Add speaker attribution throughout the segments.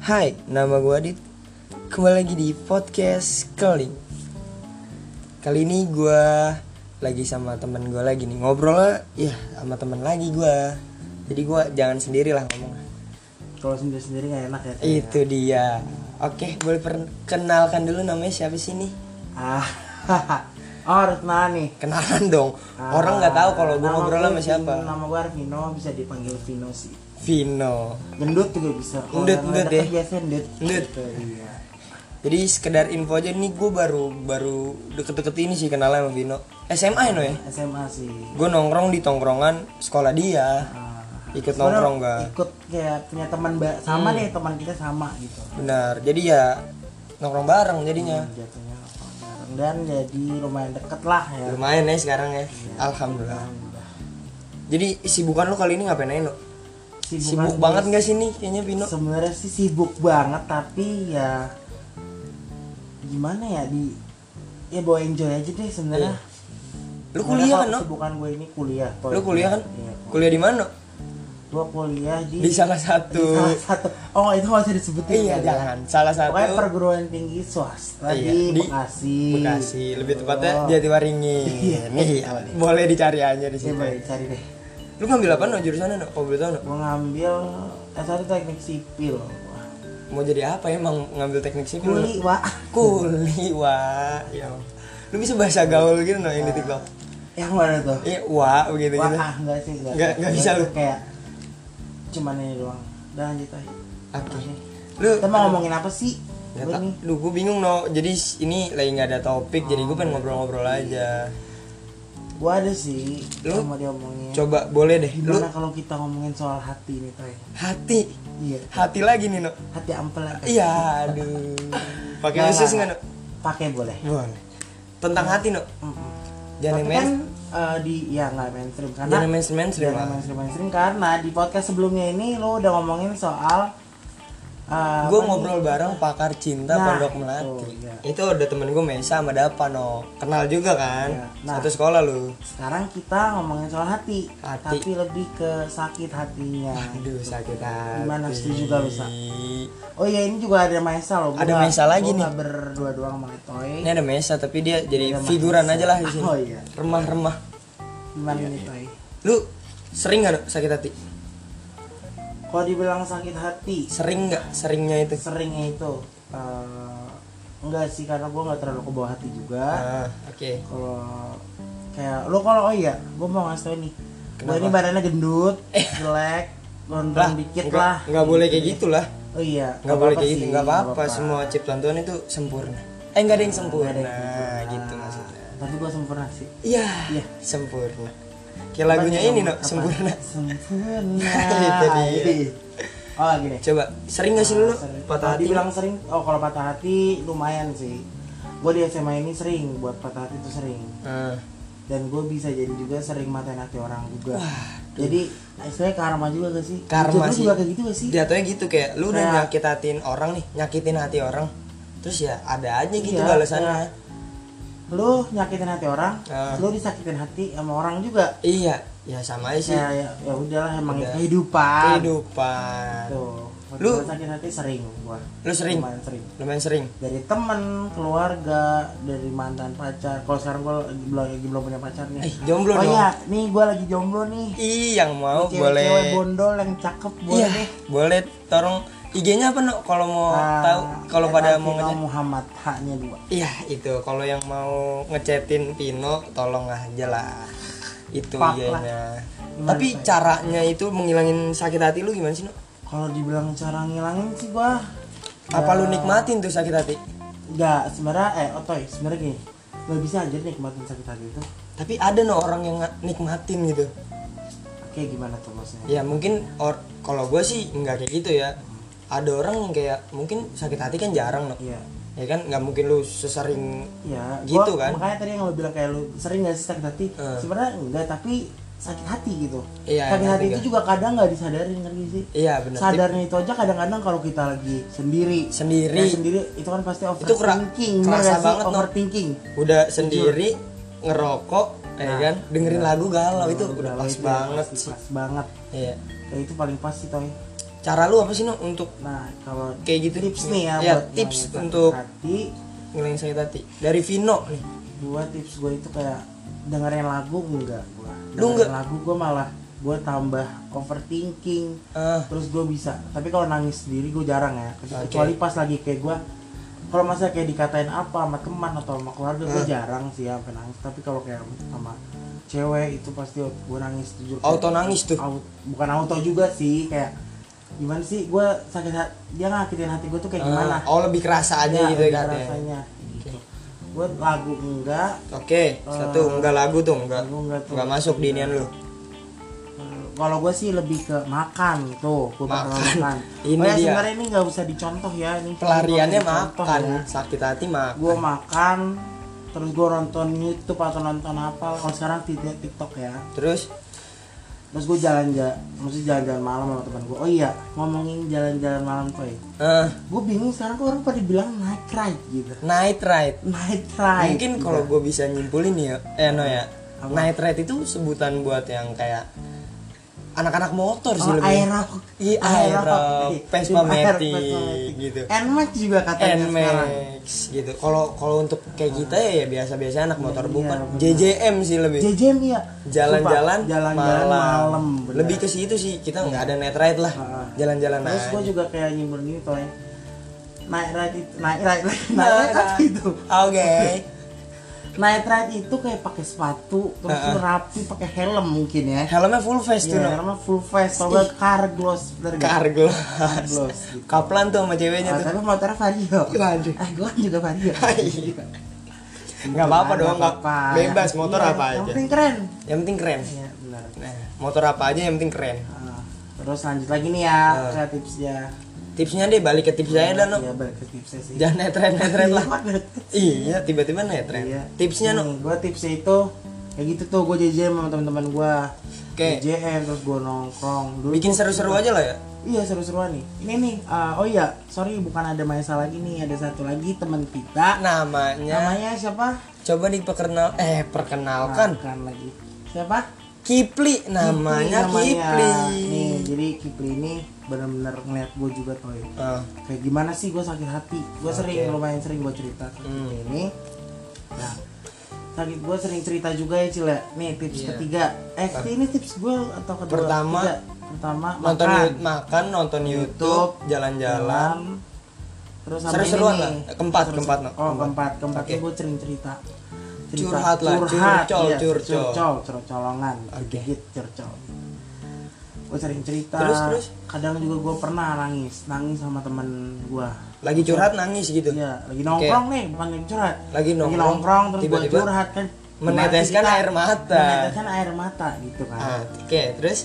Speaker 1: Hai, nama gue Adit Kembali lagi di podcast Keling Kali ini gue lagi sama temen gue lagi nih Ngobrolnya ya sama temen lagi gue Jadi gue jangan sendiri lah ngomong
Speaker 2: Kalau sendiri-sendiri nggak enak ya. kayaknya.
Speaker 1: Itu dia Oke, boleh perkenalkan dulu namanya siapa sih nih?
Speaker 2: Ah. oh, Retna nih. Ah,
Speaker 1: Kenalan dong Orang nggak tahu kalau gue
Speaker 2: Nama
Speaker 1: ngobrol
Speaker 2: gua
Speaker 1: sama
Speaker 2: Vin-
Speaker 1: siapa
Speaker 2: Nama gue Arvino, bisa dipanggil Vino sih.
Speaker 1: Vino
Speaker 2: Gendut juga bisa. Kalau
Speaker 1: Gendut,
Speaker 2: yang
Speaker 1: gendut
Speaker 2: ada
Speaker 1: ya.
Speaker 2: kan Biasanya gendut.
Speaker 1: Gendut.
Speaker 2: Gitu, iya.
Speaker 1: Jadi sekedar info aja nih gue baru baru deket-deket ini sih kenalnya sama Vino SMA ya no ya?
Speaker 2: SMA sih.
Speaker 1: gue nongkrong di tongkrongan sekolah dia
Speaker 2: Ah.
Speaker 1: ikut
Speaker 2: Sebenarnya
Speaker 1: nongkrong Hmm. gak
Speaker 2: Ikut kayak punya teman ba- sama deh teman kita sama gitu.
Speaker 1: benar jadi ya nongkrong bareng jadinya
Speaker 2: Jatuhnya orang bareng. dan jadi lumayan deket lah ya.
Speaker 1: lumayan ya sekarang ya alhamdulillah
Speaker 2: Alhamdulillah.
Speaker 1: jadi sibukan lo kali ini ngapain aja lo
Speaker 2: Sibukan
Speaker 1: sibuk
Speaker 2: sih.
Speaker 1: banget gak sih nih kayaknya Vino
Speaker 2: sebenarnya sih sibuk banget tapi ya gimana ya di ya bawa enjoy aja deh sebenarnya
Speaker 1: lo Iya. kuliah kan no
Speaker 2: bukan gue ini kuliah Toy.
Speaker 1: Lu kuliah kan?
Speaker 2: Iya.
Speaker 1: kuliah di mana
Speaker 2: gue kuliah di,
Speaker 1: di salah
Speaker 2: di
Speaker 1: satu
Speaker 2: salah satu oh itu nggak usah disebutin
Speaker 1: iya
Speaker 2: ya,
Speaker 1: jangan salah
Speaker 2: pokoknya
Speaker 1: satu
Speaker 2: perguruan tinggi swasta
Speaker 1: Iya,
Speaker 2: di,
Speaker 1: di
Speaker 2: Bekasi
Speaker 1: Bekasi lebih tepatnya
Speaker 2: Oh.
Speaker 1: Jatiwaringin
Speaker 2: Iya,
Speaker 1: nih boleh dicari aja di
Speaker 2: Iya,
Speaker 1: sini
Speaker 2: boleh cari deh
Speaker 1: lu ngambil apa no jurusannya no kalau boleh tahu no
Speaker 2: gue ngambil eh sorry, teknik sipil Wah,
Speaker 1: mau jadi apa ya, emang ngambil teknik sipil no?
Speaker 2: kuli wah
Speaker 1: Kuli wa ya. Lu bisa bahasa gaul gitu no ini TikTok.
Speaker 2: yang mana tuh
Speaker 1: Iya wa begitu
Speaker 2: Wah,
Speaker 1: gitu.
Speaker 2: ah, enggak sih, enggak.
Speaker 1: Enggak- enggak bisa lu.
Speaker 2: Kayak cuman ini doang. Udah lanjut aja.
Speaker 1: Oke.
Speaker 2: Oke.
Speaker 1: Lu
Speaker 2: Kita mau ngomongin apa sih?
Speaker 1: Nggak
Speaker 2: Gue
Speaker 1: ta-
Speaker 2: nih.
Speaker 1: Lu gue bingung no. Jadi s- ini lagi nggak ada topik jadi gue pengen ngobrol-ngobrol aja.
Speaker 2: Gua ada sih
Speaker 1: Lu?
Speaker 2: yang mau diomongin.
Speaker 1: Coba boleh deh. Lu
Speaker 2: Gimana kalau kita ngomongin soal hati nih, Toy?
Speaker 1: hati
Speaker 2: Iya.
Speaker 1: hati lagi nih no.
Speaker 2: Hati ampel lah. Toy.
Speaker 1: Iya aduh. Pakai
Speaker 2: Nggak,
Speaker 1: khusus
Speaker 2: nggak,
Speaker 1: nggak no?
Speaker 2: Pakai boleh.
Speaker 1: Boleh. Tentang hati no.
Speaker 2: Mm-mm.
Speaker 1: Jangan yang
Speaker 2: Tapi
Speaker 1: main.
Speaker 2: kan eh, di ya nggak mainstream karena
Speaker 1: Jangan yang main mainstream
Speaker 2: jangan
Speaker 1: lah.
Speaker 2: mainstream mainstream karena di podcast sebelumnya ini lo udah ngomongin soal eh,
Speaker 1: Gue
Speaker 2: apa nih?
Speaker 1: ngobrol bareng pakar cinta
Speaker 2: Nah,
Speaker 1: Pondok
Speaker 2: itu,
Speaker 1: Melati.
Speaker 2: iya.
Speaker 1: Itu ada temen gue Mesa sama Dapa no. Kenal juga kan?
Speaker 2: Iya. Nah.
Speaker 1: Satu sekolah lu.
Speaker 2: Sekarang kita ngomongin soal hati,
Speaker 1: Hati.
Speaker 2: tapi lebih ke sakit hatinya.
Speaker 1: Aduh sakit hati.
Speaker 2: Gimana, setuju gak, Mesa? Oh iya ini juga ada Maisa loh. Gua
Speaker 1: Ada
Speaker 2: nggak-
Speaker 1: Maisa lagi
Speaker 2: gua
Speaker 1: nih.
Speaker 2: nggak berdua-dua sama Toy.
Speaker 1: Ini ada Mesa tapi dia jadi
Speaker 2: Ada
Speaker 1: figuran
Speaker 2: Mesa.
Speaker 1: aja lah di sini.
Speaker 2: Iya,
Speaker 1: Iya,
Speaker 2: Oh iya.
Speaker 1: Remah-remah.
Speaker 2: Gimana nih Toy?
Speaker 1: Lu sering gak sakit hati?
Speaker 2: Kalau dibilang sakit hati,
Speaker 1: Sering gak seringnya itu?
Speaker 2: seringnya itu eh, enggak sih karena gua nggak terlalu ke bawah hati juga.
Speaker 1: Ah, oke.
Speaker 2: Kalau kayak lo kalau oh iya, gua mau ngasih tau nih. Gua
Speaker 1: Kenapa? Eh.
Speaker 2: ini badannya gendut, jelek, gondrong dikit
Speaker 1: nggak-
Speaker 2: lah.
Speaker 1: nggak boleh kayak gitulah.
Speaker 2: Oh iya,
Speaker 1: Nggak boleh kayak gitu.
Speaker 2: sih,
Speaker 1: Nggak apa-apa. Semua ciptaan Tuhan itu sempurna. Eh nggak ada yang sempurna. gitu maksudnya.
Speaker 2: Tapi gua sempurna sih.
Speaker 1: Iya.
Speaker 2: Iya.
Speaker 1: Sempurna. Kayak lagunya ini no,
Speaker 2: Apa?
Speaker 1: sempurna.
Speaker 2: Sempurna.
Speaker 1: Itu dia.
Speaker 2: Itu. Oh gini.
Speaker 1: Coba sering gak sih lu
Speaker 2: Ah, Sering.
Speaker 1: Iya. patah hati?
Speaker 2: Dibilang sering. Oh kalau patah hati lumayan sih. Gue di SMA ini sering buat patah hati itu sering.
Speaker 1: Ah.
Speaker 2: Dan gue bisa jadi juga sering matain hati orang juga. jadi istilahnya karma juga gak sih?
Speaker 1: Karma
Speaker 2: Hidup lu
Speaker 1: sih.
Speaker 2: juga kayak gitu gak sih?
Speaker 1: jatuhnya gitu kayak lu udah
Speaker 2: Kayak-
Speaker 1: nyakit hatiin orang nih nyakitin hati orang terus ya ada aja gitu
Speaker 2: Iya,
Speaker 1: balasannya
Speaker 2: Lu nyakitin hati orang,
Speaker 1: Ah.
Speaker 2: lu disakitin hati sama orang juga.
Speaker 1: iya ya sama aja sih
Speaker 2: Ya ya, ya udahlah emang
Speaker 1: Udah.
Speaker 2: kehidupan.
Speaker 1: kehidupan
Speaker 2: Tuh.
Speaker 1: Lu-
Speaker 2: Lu sakit hati sering gua.
Speaker 1: Lu sering?
Speaker 2: Lumayan sering.
Speaker 1: lumayan sering
Speaker 2: dari temen, keluarga, dari mantan pacar. Kalau sekarang gue lagi belum lagi belum punya pacar nih.
Speaker 1: Eh, jomblo
Speaker 2: oh
Speaker 1: dong.
Speaker 2: iya, nih gue lagi jomblo nih.
Speaker 1: ih yang mau boleh
Speaker 2: Cewek-cewek bondol yang cakep boleh
Speaker 1: iya
Speaker 2: deh.
Speaker 1: boleh tolong IG-nya apa no kalau mau
Speaker 2: Ah,
Speaker 1: tahu kalau
Speaker 2: dan
Speaker 1: pada
Speaker 2: nanti
Speaker 1: mau
Speaker 2: nama
Speaker 1: ngechat
Speaker 2: Muhammad haknya dua.
Speaker 1: iya itu kalau yang mau ngechatin Pino tolong aja lah itu
Speaker 2: Fuck
Speaker 1: IG-nya
Speaker 2: Gimana,
Speaker 1: tapi
Speaker 2: Pak?
Speaker 1: caranya itu menghilangin sakit hati lu gimana sih no?
Speaker 2: Kalau dibilang cara ngilangin sih gue
Speaker 1: apa
Speaker 2: Eh.
Speaker 1: lu nikmatin tuh sakit hati
Speaker 2: nggak sebenarnya eh otoy sebenarnya gini nggak bisa aja nikmatin sakit hati itu.
Speaker 1: tapi ada no orang yang nga- nikmatin gitu
Speaker 2: Kayak gimana tuh maksudnya?
Speaker 1: ya mungkin or kalau gue sih nggak kayak gitu ya ada orang yang kayak mungkin sakit hati kan jarang no
Speaker 2: Iya.
Speaker 1: ya kan nggak mungkin lu sesering
Speaker 2: Ya,
Speaker 1: Gitu
Speaker 2: gua-
Speaker 1: kan?
Speaker 2: Makanya tadi yang lo bilang kayak lu sering gak sih sakit hati?
Speaker 1: Eh.
Speaker 2: Sebenarnya enggak, tapi sakit hati gitu.
Speaker 1: Iya,
Speaker 2: sakit
Speaker 1: ngerti
Speaker 2: hati itu
Speaker 1: gua.
Speaker 2: juga kadang nggak disadarin kan sih.
Speaker 1: iya benar
Speaker 2: Sadarnya itu aja kadang-kadang kalau kita lagi sendiri,
Speaker 1: Sendiri.
Speaker 2: Yang sendiri itu kan pasti
Speaker 1: kera-
Speaker 2: overthinking, bener
Speaker 1: kerasa
Speaker 2: nggak sih?
Speaker 1: banget, Nom.
Speaker 2: overthinking.
Speaker 1: udah sendiri ngerokok ya kan dengerin lagu galau itu udah pas
Speaker 2: Nah, Galau itu yang
Speaker 1: banget
Speaker 2: pasti
Speaker 1: sih
Speaker 2: Pas banget.
Speaker 1: iya
Speaker 2: Ya itu paling pas sih toy.
Speaker 1: cara lu apa sih no untuk
Speaker 2: Nah, kalau
Speaker 1: Kayak gitu
Speaker 2: tips nih ya,
Speaker 1: Ya,
Speaker 2: buat
Speaker 1: tips
Speaker 2: ngilangin
Speaker 1: untuk-
Speaker 2: sakit hati.
Speaker 1: ngilangin sakit hati dari Vino nih
Speaker 2: Dua tips gue itu kayak dengerin lagu enggak gua.
Speaker 1: Lu
Speaker 2: Dengerin
Speaker 1: enggak-
Speaker 2: lagu gue malah gue tambah overthinking.
Speaker 1: Ah,
Speaker 2: Terus gue bisa, tapi kalau nangis sendiri gue jarang ya.
Speaker 1: Oke.
Speaker 2: Kecuali pas lagi kayak gue kalau masa kayak dikatain apa sama teman atau sama keluarga gue
Speaker 1: Ah.
Speaker 2: jarang sih ya sampai nangis. Tapi kalau kayak sama cewek itu pasti gue nangis jujur.
Speaker 1: Auto
Speaker 2: Kayak-
Speaker 1: nangis tuh.
Speaker 2: au- bukan auto juga sih kayak gimana sih gue sakit hati dia ngakitin hati gue tuh kayak gimana Iya,
Speaker 1: ah, oh lebih kerasa aja gitu
Speaker 2: lebih
Speaker 1: kan ya.
Speaker 2: rasanya gitu gue lagu enggak
Speaker 1: Oke, satu
Speaker 2: Eh,
Speaker 1: enggak lagu tuh enggak
Speaker 2: lagu enggak tuh.
Speaker 1: enggak masuk di inian lu.
Speaker 2: Eh, kalau gue sih lebih ke makan tuh gue bakal
Speaker 1: Makan.
Speaker 2: makan
Speaker 1: Ini
Speaker 2: oh ya,
Speaker 1: dia.
Speaker 2: sebenarnya ini nggak usah dicontoh ya ini
Speaker 1: Pelariannya
Speaker 2: cuma dicontoh
Speaker 1: makan,
Speaker 2: ya.
Speaker 1: sakit hati makan.
Speaker 2: gue makan terus gue nonton YouTube atau nonton apa kalau sekarang tidak TikTok ya
Speaker 1: Terus
Speaker 2: terus gue jalan-jalan mesti jalan-jalan malam sama teman gue oh iya ngomongin jalan-jalan malam coy
Speaker 1: eh
Speaker 2: gue bingung sekarang kok orang pada bilang night ride gitu
Speaker 1: night ride.
Speaker 2: night ride
Speaker 1: Mungkin
Speaker 2: gitu.
Speaker 1: kalau gue bisa nyimpulin ya, eh no ya.
Speaker 2: Apa?
Speaker 1: Night ride itu sebutan buat yang kayak anak-anak motor sih
Speaker 2: Oh,
Speaker 1: lebih.
Speaker 2: aero
Speaker 1: Iya, aero,
Speaker 2: Iya,
Speaker 1: Vespa Matic, gitu.
Speaker 2: Nmax juga katanya ya sekarang. Ah.
Speaker 1: Nmax gitu. Kalau kalau untuk kayak kita ya, ya biasa-biasa anak motor
Speaker 2: Iya,
Speaker 1: bukan
Speaker 2: benar.
Speaker 1: JJM sih lebih.
Speaker 2: JJM iya.
Speaker 1: Jalan-jalan
Speaker 2: Sumpah, jalan-jalan malam. bener.
Speaker 1: Lebih ke situ sih kita nggak ada night ride lah.
Speaker 2: Ah.
Speaker 1: Jalan-jalan
Speaker 2: Terus
Speaker 1: aja.
Speaker 2: gue juga kayak nyimpen gitu coy. Night ride itu, night ride, night
Speaker 1: Nah,
Speaker 2: ride apa itu?
Speaker 1: Oke.
Speaker 2: Night ride itu kayak pakai sepatu, terus
Speaker 1: Ah, ah.
Speaker 2: lu rapi pakai helm mungkin ya.
Speaker 1: Helmnya full face tuh.
Speaker 2: Iya,
Speaker 1: no.
Speaker 2: helmnya full face, tau gak car gloss, bener nggak?
Speaker 1: Kargo.
Speaker 2: gloss. gitu.
Speaker 1: Kaplan tuh sama ceweknya
Speaker 2: Ah,
Speaker 1: tuh.
Speaker 2: tapi motornya Vario.
Speaker 1: Waduh.
Speaker 2: Ah, gue kan juga Vario.
Speaker 1: Iya. Nggak apa-apa dong, nggak bebas motor
Speaker 2: Iya,
Speaker 1: apa
Speaker 2: Yang
Speaker 1: aja.
Speaker 2: penting keren.
Speaker 1: Yang penting keren.
Speaker 2: Iya, benar.
Speaker 1: Nah, motor apa aja yang penting keren.
Speaker 2: Ah, terus lanjut lagi nih ya
Speaker 1: Ah.
Speaker 2: ke tipsnya.
Speaker 1: Tipsnya deh balik ke tips saya dah no.
Speaker 2: Iya, balik ke tipsnya sih.
Speaker 1: Jangan netren netren lah. Iya, tiba-tiba
Speaker 2: Iya.
Speaker 1: netren. Tipsnya no.
Speaker 2: Gue tipsnya itu kayak gitu tuh gue JJM sama teman-teman gue.
Speaker 1: Oke.
Speaker 2: JJM terus gue nongkrong. Dulu
Speaker 1: Bikin
Speaker 2: tuh-
Speaker 1: seru-seru aja lah ya.
Speaker 2: Iya seru-seruan nih. Ini nih, ah, oh iya, sorry bukan ada Maisa lagi nih, ada satu lagi teman kita.
Speaker 1: Namanya
Speaker 2: Namanya siapa?
Speaker 1: coba diperkenal eh perkenalkan
Speaker 2: Bukan lagi. Siapa?
Speaker 1: Kipli namanya Kipli.
Speaker 2: Nih, jadi Kipli ini benar-benar ngeliat gue juga toy.
Speaker 1: Ah,
Speaker 2: Kayak gimana sih gue sakit hati? Gue sering lumayan sering gue cerita ke
Speaker 1: Hmm.
Speaker 2: Kipli ini. Nah, sakit gue sering cerita juga ya Cila. Nih tips ketiga. Eh ini tips gue atau kedua?
Speaker 1: Iya. Pertama,
Speaker 2: Ketiga. pertama
Speaker 1: nonton
Speaker 2: makan.
Speaker 1: YouTube, makan, nonton YouTube,
Speaker 2: YouTube, Iya.
Speaker 1: jalan-jalan.
Speaker 2: Terus sama
Speaker 1: Seru-seruan
Speaker 2: ini
Speaker 1: lah.
Speaker 2: nih.
Speaker 1: Keempat,
Speaker 2: Terus-
Speaker 1: keempat, no.
Speaker 2: Oh keempat, keempat
Speaker 1: Oke.
Speaker 2: gue sering cerita.
Speaker 1: Curhat lah,
Speaker 2: curhat,
Speaker 1: curcol,
Speaker 2: iya,
Speaker 1: curcol.
Speaker 2: curcol, curcolongan,
Speaker 1: Oke.
Speaker 2: dikit curcol. Gue sering cerita.
Speaker 1: Terus, terus?
Speaker 2: Kadang juga gue pernah nangis, nangis sama temen gue.
Speaker 1: Lagi curhat nangis gitu.
Speaker 2: Iya, lagi nongkrong nih, bukan lagi curhat.
Speaker 1: Lagi nongkrong,
Speaker 2: nongkrong, terus gue
Speaker 1: tiba-tiba
Speaker 2: curhat kan.
Speaker 1: meneteskan
Speaker 2: Kita-
Speaker 1: air mata.
Speaker 2: Meneteskan air mata gitu kan.
Speaker 1: Ah, Oke, terus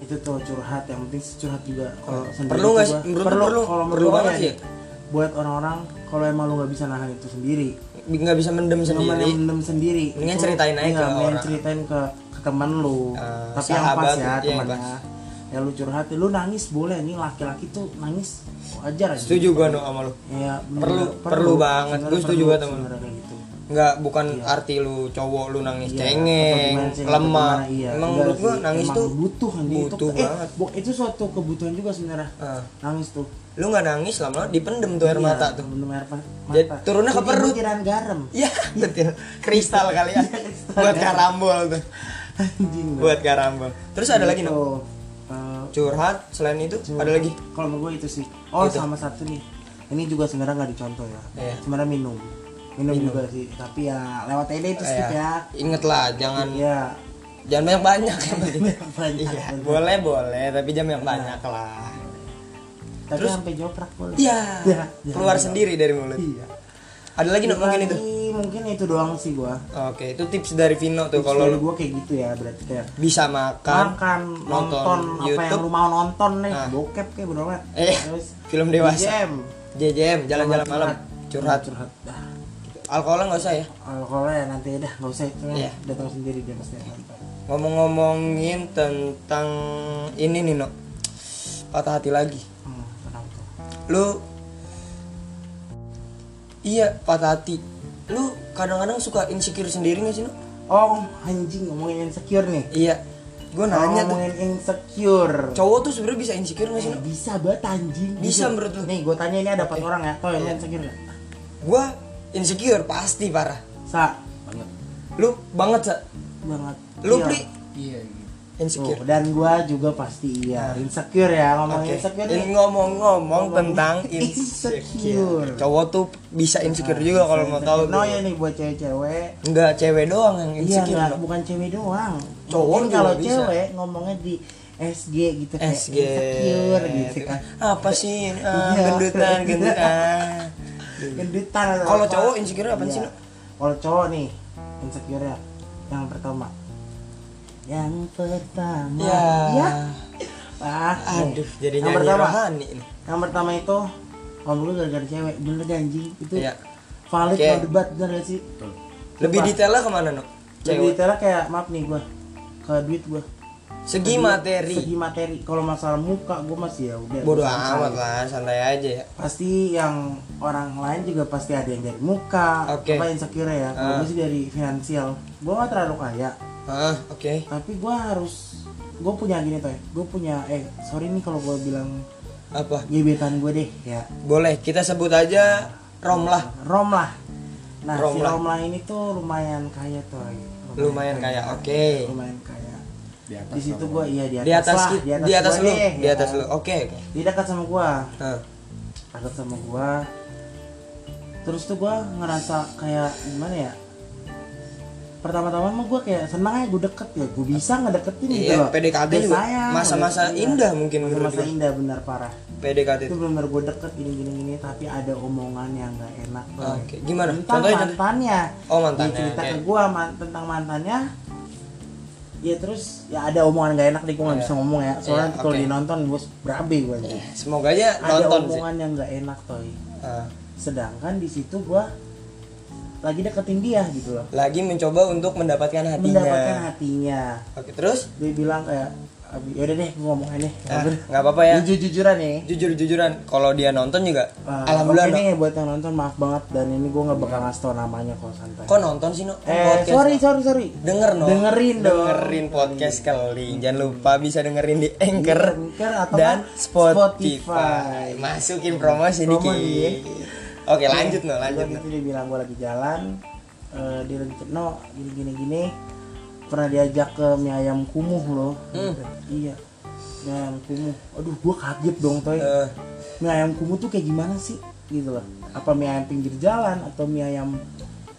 Speaker 2: itu tuh curhat yang penting sih curhat juga kalau
Speaker 1: Oh,
Speaker 2: sendiri
Speaker 1: perlu
Speaker 2: tuh
Speaker 1: nggak
Speaker 2: gua-
Speaker 1: sih? Menurut lu
Speaker 2: perlu
Speaker 1: perlu?
Speaker 2: kalau
Speaker 1: Perlu
Speaker 2: menurut gua
Speaker 1: banget
Speaker 2: ya,
Speaker 1: sih ya?
Speaker 2: buat orang-orang kalau emang lu nggak bisa nahan itu sendiri
Speaker 1: nggak bisa mendem
Speaker 2: sendiri
Speaker 1: sendiri.
Speaker 2: mendem sendiri
Speaker 1: Mendingan
Speaker 2: Itu-
Speaker 1: ceritain aja
Speaker 2: iya,
Speaker 1: ke
Speaker 2: mendingan
Speaker 1: orang.
Speaker 2: ceritain ke, ke temen lu
Speaker 1: Eh,
Speaker 2: tapi yang
Speaker 1: sahabat,
Speaker 2: pas ya
Speaker 1: iya, yang
Speaker 2: temennya ya lu curhat lu nangis boleh nih laki-laki tuh nangis wajar aja
Speaker 1: Setuju gua no sama lu.
Speaker 2: ya, bener,
Speaker 1: Perlu- perlu banget.
Speaker 2: Sebenarnya
Speaker 1: Gua setuju
Speaker 2: perlu,
Speaker 1: banget sama lu.
Speaker 2: sebenarnya kayak gitu
Speaker 1: nggak bukan arti lu cowok lu nangis
Speaker 2: Iya, atau
Speaker 1: cengeng
Speaker 2: gimana sih, atau
Speaker 1: Eh, lemah
Speaker 2: gimana, iya.
Speaker 1: emang
Speaker 2: Enggak
Speaker 1: menurut gua
Speaker 2: sih,
Speaker 1: nangis
Speaker 2: emang
Speaker 1: tuh
Speaker 2: butuh anjing. Itu-
Speaker 1: butuh
Speaker 2: eh,
Speaker 1: banget.
Speaker 2: bu- itu suatu kebutuhan juga sebenarnya
Speaker 1: Ah.
Speaker 2: nangis tuh
Speaker 1: lu nggak nangis lama-lama dipendem tuh air
Speaker 2: Iya,
Speaker 1: mata tuh
Speaker 2: belum air pa- mata.
Speaker 1: Jadi, turunnya ke
Speaker 2: Jadi
Speaker 1: perut.
Speaker 2: butiran garam.
Speaker 1: Iya betul kristal kali
Speaker 2: Iya,
Speaker 1: ya buat
Speaker 2: kan.
Speaker 1: karambol tuh
Speaker 2: Anjing.
Speaker 1: buat karambol terus ada lagi no
Speaker 2: Tuh, eh,
Speaker 1: curhat selain itu ada lagi
Speaker 2: Kalau menurut gue itu sih. Oh,
Speaker 1: Itu.
Speaker 2: sama satu nih. Ini juga sebenarnya nggak dicontoh ya.
Speaker 1: Gitu. Iya.
Speaker 2: Sebenarnya minum. minum. juga sih, tapi ya lewat aja itu sedikit ya.
Speaker 1: ya inget lah jangan
Speaker 2: Iya.
Speaker 1: jangan banyak banyak yang penting
Speaker 2: Banyak.
Speaker 1: iya boleh boleh tapi jam
Speaker 2: Iya.
Speaker 1: yang banyak lah
Speaker 2: Tapi sampai joprak boleh.
Speaker 1: iya
Speaker 2: Iya.
Speaker 1: keluar sendiri dari mulut
Speaker 2: Iya.
Speaker 1: ada lagi no mungkin itu
Speaker 2: Ini mungkin itu doang sih gua.
Speaker 1: oke itu tips dari Vino tuh kalau
Speaker 2: Kalau
Speaker 1: lu
Speaker 2: gua kayak gitu ya, berarti kayak
Speaker 1: bisa makan
Speaker 2: makan,
Speaker 1: nonton
Speaker 2: nonton, apa yang
Speaker 1: YouTube.
Speaker 2: lu mau nonton nih,
Speaker 1: Ah.
Speaker 2: bokep kayak bener banget.
Speaker 1: Eh, film dewasa.
Speaker 2: BGM.
Speaker 1: JJM jalan-jalan malam curhat
Speaker 2: curhat dah
Speaker 1: alkohol nggak usah ya
Speaker 2: alkoholnya nanti ya dah nggak usah itu
Speaker 1: Iya.
Speaker 2: datang sendiri dia pasti akan baik.
Speaker 1: ngomong-ngomongin tentang ini nih no patah hati lagi
Speaker 2: hmm, kenapa tuh
Speaker 1: lu iya patah hati lu kadang-kadang suka insecure sendiri nggak sih no
Speaker 2: oh anjing ngomongin insecure nih
Speaker 1: iya Gue
Speaker 2: Kalau
Speaker 1: nanya tuh
Speaker 2: ngomongin insecure
Speaker 1: cowok tuh sebenarnya bisa insecure gak sih?
Speaker 2: Eh, bisa banget anjing
Speaker 1: Bisa, menurut lu? Eh. Iya.
Speaker 2: nih gue tanya ini ada empat orang ya kalau yang insecure nggak
Speaker 1: Gue insecure pasti parah.
Speaker 2: sa
Speaker 3: banget
Speaker 1: Lu banget sa.
Speaker 2: banget
Speaker 1: Lu
Speaker 2: Iya.
Speaker 1: Pri
Speaker 3: iya gitu.
Speaker 1: insecure. Nah.
Speaker 2: Tuh, dan gue juga pasti iya insecure ya ngomongin
Speaker 1: Oke. Iya,
Speaker 2: insecure
Speaker 1: Ini
Speaker 2: nih
Speaker 1: ngomong-ngomong
Speaker 2: Ngomongin
Speaker 1: tentang
Speaker 2: insecure.
Speaker 1: insecure. Cowok tuh bisa insecure juga kalau mau tahu.
Speaker 2: no
Speaker 1: tuh.
Speaker 2: ya nih buat cewek-cewek
Speaker 1: Enggak cewek doang yang
Speaker 2: Iya
Speaker 1: insecure.
Speaker 2: nggak,
Speaker 1: Bang.
Speaker 2: bukan cewek doang.
Speaker 1: Cowok
Speaker 2: Mungkin
Speaker 1: juga
Speaker 2: kalau
Speaker 1: bisa.
Speaker 2: cewek ngomongnya di SG gitu kayak
Speaker 1: SG
Speaker 2: insecure gitu kan.
Speaker 1: apa sih ah,
Speaker 2: Iya.
Speaker 1: gendutan gendutan
Speaker 2: Gendutan atau
Speaker 1: Kalau
Speaker 2: apa.
Speaker 1: cowok insecure apaan
Speaker 2: Iya.
Speaker 1: sih, Nak?
Speaker 2: Kalau cowok nih insecure ya yang pertama. Yang pertama. Iya.
Speaker 1: ya,
Speaker 2: Wah, nih.
Speaker 1: aduh jadi
Speaker 2: yang
Speaker 1: nyanyi
Speaker 2: pertama.
Speaker 1: rohani ini
Speaker 2: Yang pertama itu kalau dulu gara-gara cewek dulu deh anjing itu
Speaker 1: Iya.
Speaker 2: valid
Speaker 1: Oke.
Speaker 2: kalau debat bener gak sih?
Speaker 3: Betul.
Speaker 1: lebih
Speaker 2: Coba.
Speaker 1: detailnya kemana no
Speaker 2: Jadi
Speaker 1: cewek
Speaker 2: detailnya kayak maaf nih gua ke duit gua
Speaker 1: segi
Speaker 2: Segi-
Speaker 1: materi
Speaker 2: segi materi kalau masalah muka gue masih ya udah
Speaker 1: bodoh
Speaker 2: gua santai.
Speaker 1: amat lah santai aja ya
Speaker 2: pasti yang orang lain juga pasti ada yang dari muka
Speaker 1: Oke.
Speaker 2: apa insecure ya kalau
Speaker 1: Ah.
Speaker 2: gue sih dari finansial gue gak terlalu kaya
Speaker 1: ah oke
Speaker 2: tapi gue harus gue punya gini tuh gue punya eh sorry nih kalau gue bilang
Speaker 1: apa
Speaker 2: gebetan gue deh ya
Speaker 1: boleh kita sebut aja rom lah
Speaker 2: rom lah nah si
Speaker 1: Rom lah.
Speaker 2: rom lah ini tuh lumayan kaya ya. tuh
Speaker 1: lumayan kaya oke
Speaker 2: Iya, lumayan kaya
Speaker 3: di atas
Speaker 2: di situ
Speaker 3: sama-
Speaker 2: gue iya di atas,
Speaker 1: di atas
Speaker 2: lah,
Speaker 1: ki- di atas
Speaker 2: gua
Speaker 1: lu
Speaker 2: deh,
Speaker 1: di
Speaker 2: ya
Speaker 1: atas
Speaker 2: kan.
Speaker 1: lu oke oke
Speaker 2: dia dekat sama gue
Speaker 1: Ah,
Speaker 2: takut sama gua terus tuh gua ngerasa kayak gimana ya pertama-tama mah gua kayak senang aja gua deket ya gua bisa ngedeketin gitu
Speaker 1: Iya,
Speaker 2: loh
Speaker 1: PDKT
Speaker 2: Dia
Speaker 1: juga
Speaker 2: sayang,
Speaker 1: masa-masa
Speaker 2: iya.
Speaker 1: indah mungkin menurut
Speaker 2: masa-masa
Speaker 1: gua.
Speaker 2: indah benar parah
Speaker 1: PDKT
Speaker 2: itu
Speaker 1: oke
Speaker 2: benar gua deket gini gini gini tapi ada omongan yang gak enak
Speaker 1: gimana
Speaker 2: tentang
Speaker 1: contohnya contoh-
Speaker 2: mantannya
Speaker 1: Oh, mantannya,
Speaker 2: Dia Iya, cerita
Speaker 1: oke.
Speaker 2: ke gua man- tentang mantannya ya terus ya ada omongan gak enak nih gua nggak
Speaker 1: Iya.
Speaker 2: bisa ngomong ya soalnya
Speaker 1: Iya,
Speaker 2: kalau
Speaker 1: oke.
Speaker 2: dinonton gua berabe gua nih
Speaker 1: Eh, semoga aja
Speaker 2: ada
Speaker 1: nonton sih
Speaker 2: omongan yang gak enak toy
Speaker 1: Ah,
Speaker 2: sedangkan di situ gua lagi deketin dia gitu loh
Speaker 1: lagi mencoba untuk mendapatkan hatinya
Speaker 2: mendapatkan hatinya
Speaker 1: oke terus
Speaker 2: dia bilang kayak "Abi, yaudah deh gua ngomong aja deh
Speaker 1: Ah, nggak apa-apa ya
Speaker 2: jujur jujuran nih
Speaker 1: jujur-jujuran kalau dia nonton juga
Speaker 2: Eh,
Speaker 1: Ah, alhamdulillah no.
Speaker 2: oke nih buat yang nonton maaf banget dan ini gua nggak bakal ngasih tau namanya kok santai
Speaker 1: kok nonton sih no
Speaker 2: eh
Speaker 1: Podcast,
Speaker 2: sorry
Speaker 1: no.
Speaker 2: sorry sorry
Speaker 1: denger no
Speaker 2: dengerin dong
Speaker 1: dengerin podcast keling jangan lupa bisa dengerin di anchor,
Speaker 2: Anchor atau
Speaker 1: dan
Speaker 2: kan
Speaker 1: Spotify.
Speaker 2: Iya. Spotify. ya.
Speaker 1: masukin promosi
Speaker 2: Promo
Speaker 1: dikit
Speaker 2: dikit.
Speaker 1: oke lanjut no lanjut
Speaker 2: Gua
Speaker 1: no
Speaker 2: gitu dia bilang gua lagi jalan eh, dia lagi cer- no gini gini gini pernah diajak ke mie ayam kumuh loh
Speaker 1: Hmm.
Speaker 2: iya mie ayam kumuh aduh gua kaget dong toy
Speaker 1: Eh,
Speaker 2: mie ayam kumuh tuh kayak gimana sih gitu loh apa mie ayam pinggir jalan atau mie ayam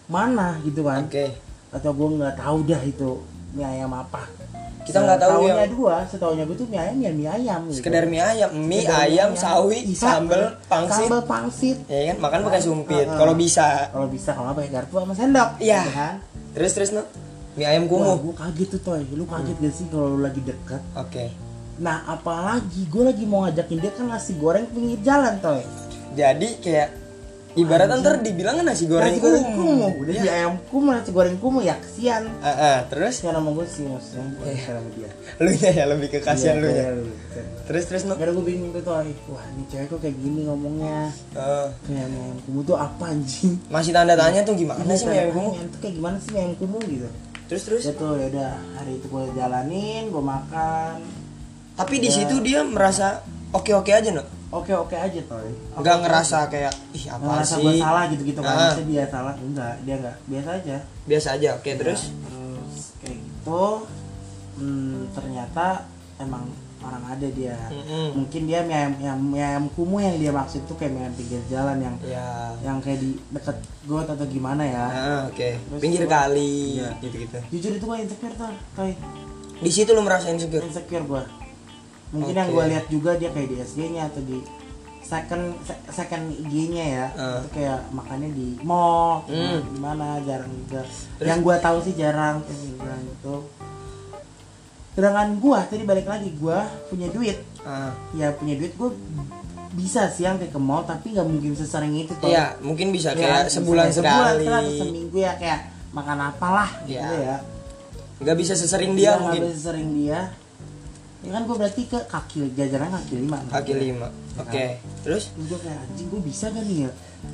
Speaker 2: mana gitu kan
Speaker 1: oke
Speaker 2: atau gua nggak tahu dah itu mie ayam apa
Speaker 1: Kita nggak tahu
Speaker 2: Setaunya
Speaker 1: yang-
Speaker 2: gua setaunya gua tuh mie ayam ya mie ayam gitu.
Speaker 1: sekedar mie ayam mie
Speaker 2: Sekedar
Speaker 1: ayam sawi
Speaker 2: Iya,
Speaker 1: sambel pangsit
Speaker 2: sambel pangsit
Speaker 1: ya kan makan pakai sumpit
Speaker 2: Ah.
Speaker 1: kalau bisa
Speaker 2: kalau bisa kalau nggak pakai garpu sama sendok
Speaker 1: Iya.
Speaker 2: gitu kan
Speaker 1: terus terus no mie ayam
Speaker 2: Wah,
Speaker 1: kumuh
Speaker 2: gue kaget tuh toy lu kaget gak sih kalau lu lagi deket
Speaker 1: oke
Speaker 2: nah apalagi gue lagi mau ngajakin dia kan nasi goreng pinggir jalan toy
Speaker 1: jadi kayak ibarat ntar dibilang kan nasi goreng
Speaker 2: nasi goreng kumuh
Speaker 1: kumuh.
Speaker 2: udah
Speaker 1: Ya.
Speaker 2: di ayam kumuh nasi goreng kumuh ya kesian
Speaker 1: Ah, ah, terus
Speaker 2: kesian sama gue sih maksudnya gue kesian sama dia
Speaker 1: lu nya ya lebih ke kasihan Eh, lu nya
Speaker 2: Iya, iya, iya.
Speaker 1: terus terus no
Speaker 2: Gara-gara gue bingung tuh toy wah ini cewek kok kayak gini ngomongnya
Speaker 1: Eh,
Speaker 2: kayak mie ayam kumuh tuh apa anjing
Speaker 1: masih tanda tanya tuh gimana
Speaker 2: Ini
Speaker 1: sih mie ayam kumuh
Speaker 2: tanya-tanya tuh kayak gimana sih mie ayam kumuh gitu
Speaker 1: terus terus
Speaker 2: ya tuh ya udah hari itu gue jalanin gue makan
Speaker 1: tapi di situ dia merasa oke oke aja no
Speaker 2: oke oke aja toy
Speaker 1: nggak ngerasa kayak ih
Speaker 2: Nggak
Speaker 1: apa
Speaker 2: ngerasa
Speaker 1: sih
Speaker 2: gue salah gitu gitu kan
Speaker 1: Ah.
Speaker 2: Maksudnya dia salah enggak dia enggak biasa aja
Speaker 1: biasa aja oke terus
Speaker 2: terus kayak gitu hmm, ternyata emang orang ada dia
Speaker 1: Mm-mm.
Speaker 2: mungkin dia mie ayam, yang, mie ayam kumuh yang dia maksud tuh kayak mie ayam pinggir jalan yang
Speaker 1: ya
Speaker 2: yang kayak di dekat got atau gimana ya
Speaker 1: Ah, oke
Speaker 2: Terus
Speaker 1: pinggir
Speaker 2: gua-
Speaker 1: kali
Speaker 2: Iya.
Speaker 1: gitu gitu
Speaker 2: jujur itu gue insecure tuh toy
Speaker 1: di situ lu merasa insecure
Speaker 2: insecure gua mungkin yang
Speaker 1: Oke.
Speaker 2: gua lihat juga dia kayak di SG nya atau di second se- second IG nya ya
Speaker 1: Eh.
Speaker 2: itu kayak makannya di mall
Speaker 1: Hmm.
Speaker 2: di mana jarang juga yang gua tahu sih jarang kayak gitu, jarang gitu sedangkan gua tadi balik lagi gua punya duit
Speaker 1: Ah.
Speaker 2: ya punya duit gua bisa siang kayak ke mall tapi nggak mungkin sesering itu Toh.
Speaker 1: Iya, mungkin bisa kayak
Speaker 2: Ya,
Speaker 1: sebulan
Speaker 2: misalnya
Speaker 1: sekali.
Speaker 2: sebulan atau seminggu ya kayak makan apalah gitu
Speaker 1: Iya.
Speaker 2: ya
Speaker 1: Nggak bisa sesering dia
Speaker 2: Iya,
Speaker 1: mungkin.
Speaker 2: habis sering dia ya kan gue berarti ke kaki jajaran kaki lima
Speaker 1: Kaki lima.
Speaker 2: Iya.
Speaker 1: Oke. Terus
Speaker 2: terus gue kayak anjing gue bisa gak nih ya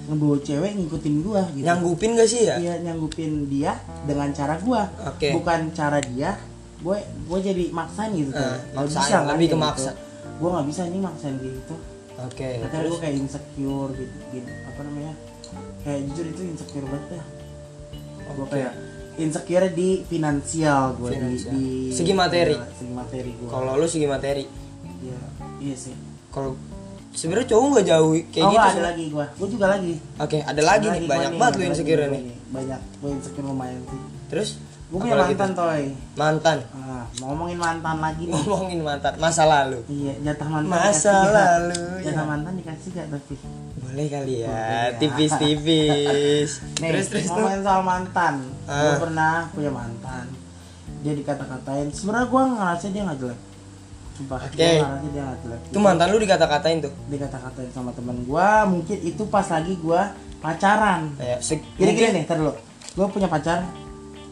Speaker 2: ngebawa cewek ngikutin gue gitu Iya.
Speaker 1: nyanggupin gak sih ya?
Speaker 2: dia nyanggupin dia dengan cara gue
Speaker 1: Oke.
Speaker 2: bukan cara dia gue gue jadi maksain gitu
Speaker 1: Eh,
Speaker 2: Nggak
Speaker 1: maksain,
Speaker 2: bisa kan
Speaker 1: lebih ke
Speaker 2: kayak
Speaker 1: maksa.
Speaker 2: gitu. gue nggak bisa nih maksain kayak gitu
Speaker 1: Oke.
Speaker 2: akhirnya gue kayak insecure gitu, gitu apa namanya kayak jujur itu insecure banget dah gue
Speaker 1: Oke.
Speaker 2: kayak insecure di finansial gue di,
Speaker 1: Finansial.
Speaker 2: di-
Speaker 1: Segi materi.
Speaker 2: iya, segi materi gue
Speaker 1: Kalau lu segi materi,
Speaker 2: iya iya sih
Speaker 1: kalau sebenarnya cowok nggak jauh kayak
Speaker 2: oh,
Speaker 1: gitu.
Speaker 2: ada
Speaker 1: sih.
Speaker 2: lagi gue gue juga lagi
Speaker 1: Oke, ada lagi
Speaker 2: Ada
Speaker 1: nih
Speaker 2: gua
Speaker 1: banyak banget lu
Speaker 2: ada lagi
Speaker 1: insecure
Speaker 2: gua
Speaker 1: nih.
Speaker 2: banyak gue insecure lumayan sih
Speaker 1: Terus
Speaker 2: gue punya
Speaker 1: apalagi
Speaker 2: mantan
Speaker 1: tuh?
Speaker 2: toy
Speaker 1: Mantan.
Speaker 2: ah, mau ngomongin mantan lagi nih
Speaker 1: Ngomongin mantan masa lalu.
Speaker 2: iya jatah mantan
Speaker 1: Masa
Speaker 2: dikasih nggak?
Speaker 1: lalu, ya.
Speaker 2: jatah mantan dikasih gak tapi
Speaker 1: Boleh kali ya,
Speaker 2: Boleh ya.
Speaker 1: tipis-tipis.
Speaker 2: Nih,
Speaker 1: terus terus tuh.
Speaker 2: ngomongin soal mantan. Gue
Speaker 1: Ah.
Speaker 2: pernah punya mantan. Dia dikata-katain. Sebenarnya gue ngerasa dia nggak jelek. Sumpah,
Speaker 1: Oke.
Speaker 2: gue ngerasa dia nggak jelek.
Speaker 1: Itu mantan lu dikata-katain tuh.
Speaker 2: Dikata-katain sama teman gue. Mungkin itu pas lagi gue pacaran.
Speaker 1: Kayak se-
Speaker 2: Jadi gini
Speaker 1: mungkin
Speaker 2: nih, ntar dulu. Gue punya pacar.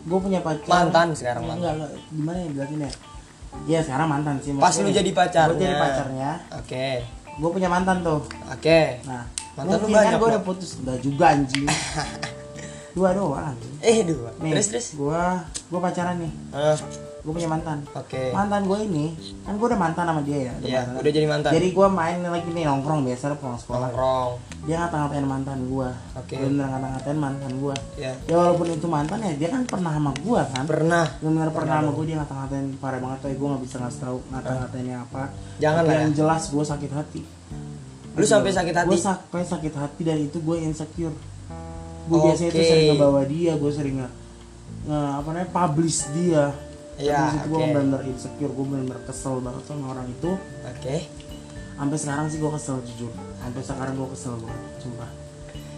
Speaker 2: Gue punya pacar.
Speaker 1: Mantan sekarang,
Speaker 2: Enggak,
Speaker 1: mantan.
Speaker 2: enggak, enggak. Gimana ya jelasin ya? Iya sekarang mantan sih.
Speaker 1: Pas lu jadi pacarnya.
Speaker 2: Gue jadi pacarnya.
Speaker 1: Oke.
Speaker 2: Gue punya mantan tuh.
Speaker 1: Oke.
Speaker 2: Nah,
Speaker 1: Mantan lu
Speaker 2: mungkin
Speaker 1: banyak,
Speaker 2: kan gue
Speaker 1: Bro.
Speaker 2: udah putus. Udah juga anjing. Dua doang anjing.
Speaker 1: Eh dua.
Speaker 2: Nih,
Speaker 1: Terus terus.
Speaker 2: gua gua pacaran nih.
Speaker 1: Ah,
Speaker 2: Gua punya mantan.
Speaker 1: Oke.
Speaker 2: Mantan gua ini, kan gua udah mantan sama dia ya. udah
Speaker 1: Iya,
Speaker 2: mantan.
Speaker 1: udah jadi mantan.
Speaker 2: Jadi gua main lagi nih nongkrong biasa lah, pulang sekolah.
Speaker 1: Nongkrong.
Speaker 2: Dia ngata-ngatain mantan gua.
Speaker 1: Oke.
Speaker 2: Bener ngata-ngatain mantan gua.
Speaker 1: Ya.
Speaker 2: Ya walaupun itu mantan ya, dia kan pernah sama gua kan.
Speaker 1: Pernah.
Speaker 2: Bener-bener pernah sama gua dia ngata-ngatain parah banget tuh, gua nggak bisa ngasih tahu ngata-ngatainnya apa.
Speaker 1: Jangan
Speaker 2: Tapi
Speaker 1: lah ya.
Speaker 2: Yang jelas gua sakit hati.
Speaker 1: Lu sampai sakit hati.
Speaker 2: Gue sampai sakit hati dan itu gue insecure. Gue
Speaker 1: Oke.
Speaker 2: biasanya itu sering ngebawa dia, gue sering nge, nge- apa namanya publish dia.
Speaker 1: Iya,
Speaker 2: Tapi gue
Speaker 1: oke.
Speaker 2: benar-benar insecure, gue benar-benar kesel banget sama orang itu.
Speaker 1: Oke.
Speaker 2: Sampai sekarang sih gue kesel jujur. Sampai sekarang gue kesel banget, sumpah.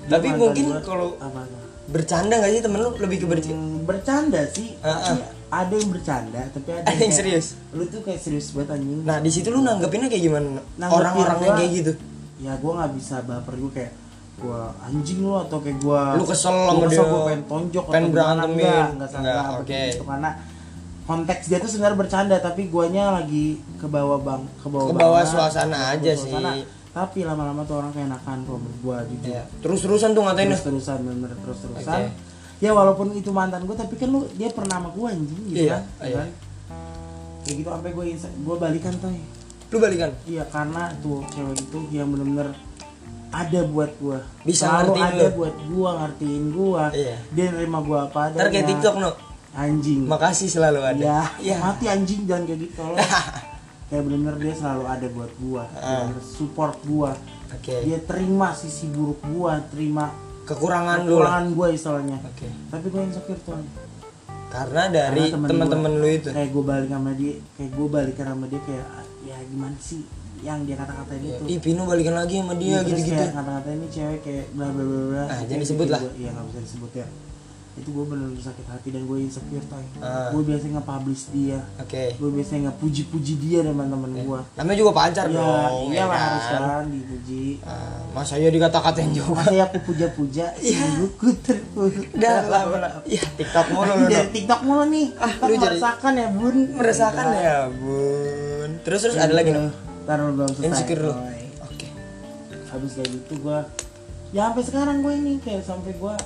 Speaker 2: Dia
Speaker 1: Tapi
Speaker 2: mantan
Speaker 1: mungkin
Speaker 2: gua-
Speaker 1: kalau
Speaker 2: apa apa.
Speaker 1: bercanda gak sih temen lu lebih ke bercanda.
Speaker 2: Hmm, bercanda sih,
Speaker 1: Ah,
Speaker 2: tapi ada yang bercanda, tapi ada,
Speaker 1: Ada yang
Speaker 2: kayak,
Speaker 1: serius.
Speaker 2: Lu tuh kayak serius banget anjing.
Speaker 1: Nah, di situ lu nanggepinnya kayak gimana?
Speaker 2: Nanggepin
Speaker 1: Orang-orang yang
Speaker 2: gua-
Speaker 1: kayak gitu.
Speaker 2: ya gue nggak bisa baper gue kayak gue anjing lu atau kayak gue
Speaker 1: Lu kesel sama dia.
Speaker 2: gue pengen tonjok
Speaker 1: Pengen
Speaker 2: atau gimana,
Speaker 1: berantemin.
Speaker 2: enggak enggak
Speaker 1: Enggak,
Speaker 2: salah
Speaker 1: oke.
Speaker 2: gitu karena konteks dia tuh sebenarnya bercanda tapi guanya lagi ke bawah bang ke bawah
Speaker 1: Ke bawah
Speaker 2: banget,
Speaker 1: suasana
Speaker 2: ke bawah
Speaker 1: aja
Speaker 2: suasana.
Speaker 1: sih.
Speaker 2: tapi lama-lama tuh orang keenakan kalau menurut gue jujur
Speaker 1: Ya. Terus-terusan tuh ngatain
Speaker 2: terus terusan bener terus terusan
Speaker 1: Oke.
Speaker 2: ya walaupun itu mantan gue tapi kan lu dia pernah sama gue anjing gitu
Speaker 1: Iya,
Speaker 2: kan
Speaker 1: iya.
Speaker 2: kan? ya gitu sampai gue gue balikan tuh
Speaker 1: lu balikan.
Speaker 2: Iya karena tuh cewek itu yang bener-bener ada buat gua
Speaker 1: Bisa
Speaker 2: Selalu
Speaker 1: ngertiin
Speaker 2: ada
Speaker 1: lu.
Speaker 2: buat gua ngertiin gua
Speaker 1: Iya.
Speaker 2: dia nerima gua apa adanya
Speaker 1: Ntar kayak TikTok no.
Speaker 2: anjing
Speaker 1: Makasih selalu ada.
Speaker 2: ya,
Speaker 1: Iya.
Speaker 2: mati anjing jangan kayak gitu loh kayak bener-bener dia selalu ada buat gua
Speaker 1: Ah.
Speaker 2: bener support gua
Speaker 1: Oke.
Speaker 2: dia terima sisi buruk gua terima
Speaker 1: Kekurangan Kan lu lah.
Speaker 2: kekurangan gua istilahnya
Speaker 1: Oke.
Speaker 2: tapi gua insecure tuh
Speaker 1: Karena dari
Speaker 2: Karena temen
Speaker 1: teman-teman lu itu.
Speaker 2: kayak gua Eh, balik sama dia kayak gua balik sama dia kayak ah, ya gimana sih yang dia kata-katain itu Iya,
Speaker 1: Ih, Pino balikan lagi sama dia
Speaker 2: Terus
Speaker 1: Iya, gitu-gitu.
Speaker 2: kayak kata-kata ini cewek kayak bla bla bla bla
Speaker 1: Ah, jangan
Speaker 2: Kayak
Speaker 1: disebut
Speaker 2: gitu
Speaker 1: lah.
Speaker 2: gua- iya nggak bisa disebut ya itu gue bener-bener sakit hati dan gue insecure tay
Speaker 1: Ah.
Speaker 2: gue biasanya nge-publish dia
Speaker 1: Oke.
Speaker 2: gue biasanya nge-puji-puji dia dengan teman gue
Speaker 1: Namanya juga pacar Iya.
Speaker 2: ya
Speaker 1: dong.
Speaker 2: iya
Speaker 1: ya
Speaker 2: lah
Speaker 1: kan?
Speaker 2: harus kan dipuji
Speaker 1: Ah, masa ya dikata-katain juga.
Speaker 2: masa ya aku puja-puja
Speaker 1: Iya.
Speaker 2: sungguh ku terpuruk
Speaker 1: Udah lah, lah. Ya, TikTok mulu lu.
Speaker 2: dari
Speaker 1: no.
Speaker 2: tiktok mulu nih
Speaker 1: Ah,
Speaker 2: Tiktok
Speaker 1: lu jadi-
Speaker 2: meresahkan ya bun
Speaker 1: Meresahkan ya, Bun. Terus terus ada lagi no.
Speaker 2: taruh belum selesai
Speaker 1: Insecure lu.
Speaker 2: Toy.
Speaker 1: Oke.
Speaker 2: habis kayak gitu gua ya sampai sekarang gue ini kayak sampai gua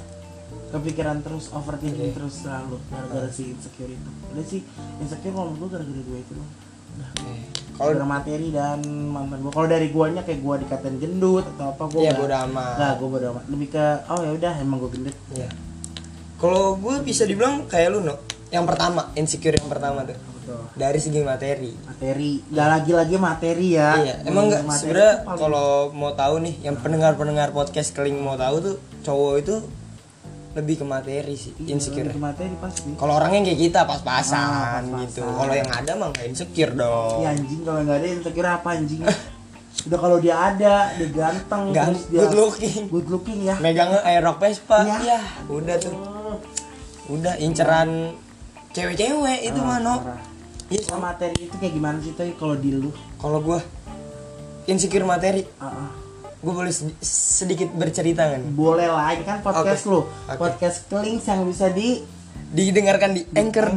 Speaker 2: kepikiran terus overthinking terus selalu gara-gara si insecure itu udah sih insecure kalau gue gara-gara gue itu loh
Speaker 1: Oke. Kalau
Speaker 2: gara materi dan mantan gue kalau dari guanya kayak gua dikatain gendut atau apa gue
Speaker 1: Iya, bodo amat.
Speaker 2: nggak gue bodo amat lebih ke oh ya udah emang gue gendut
Speaker 1: ya. Kalau gue bisa dibilang kayak lu no. Yang pertama, insecure yang pertama tuh.
Speaker 2: betul
Speaker 1: Dari segi materi.
Speaker 2: gitu. materi nggak lagi-lagi materi ya
Speaker 1: Iya, emang nggak
Speaker 2: Materi
Speaker 1: sebenarnya
Speaker 2: itu paling-
Speaker 1: kalau mau tahu nih, yang pendengar-pendengar podcast keling mau tahu tuh cowok itu lebih ke materi sih,
Speaker 2: Iya,
Speaker 1: insecure.
Speaker 2: lebih ke materi pasti
Speaker 1: Kalau orangnya kayak kita
Speaker 2: Ah,
Speaker 1: pas-pasan
Speaker 2: pas-pasan.
Speaker 1: gitu. Kalau yang ada mah nggak insecure dong.
Speaker 2: Ya anjing kalau nggak ada insecure apa anjing? Udah kalau dia ada, dia ganteng,
Speaker 1: Gan-
Speaker 2: terus dia
Speaker 1: good looking.
Speaker 2: good looking ya.
Speaker 1: Megang aerok Vespa,
Speaker 2: Iya.
Speaker 1: ya udah tuh.
Speaker 2: Oh,
Speaker 1: Udah inceran cewek-cewek itu mah no.
Speaker 2: parah.
Speaker 1: Iya,
Speaker 2: Nah,
Speaker 1: sama.
Speaker 2: materi itu kayak gimana sih tuh kalau di lu?
Speaker 1: Kalau gua insecure materi,
Speaker 2: Ah, ah.
Speaker 1: gua boleh sedi- sedikit bercerita kan?
Speaker 2: boleh lah, ini kan podcast
Speaker 1: Oke.
Speaker 2: lu,
Speaker 1: Oke.
Speaker 2: podcast kelings yang bisa di
Speaker 1: didengarkan di Anchor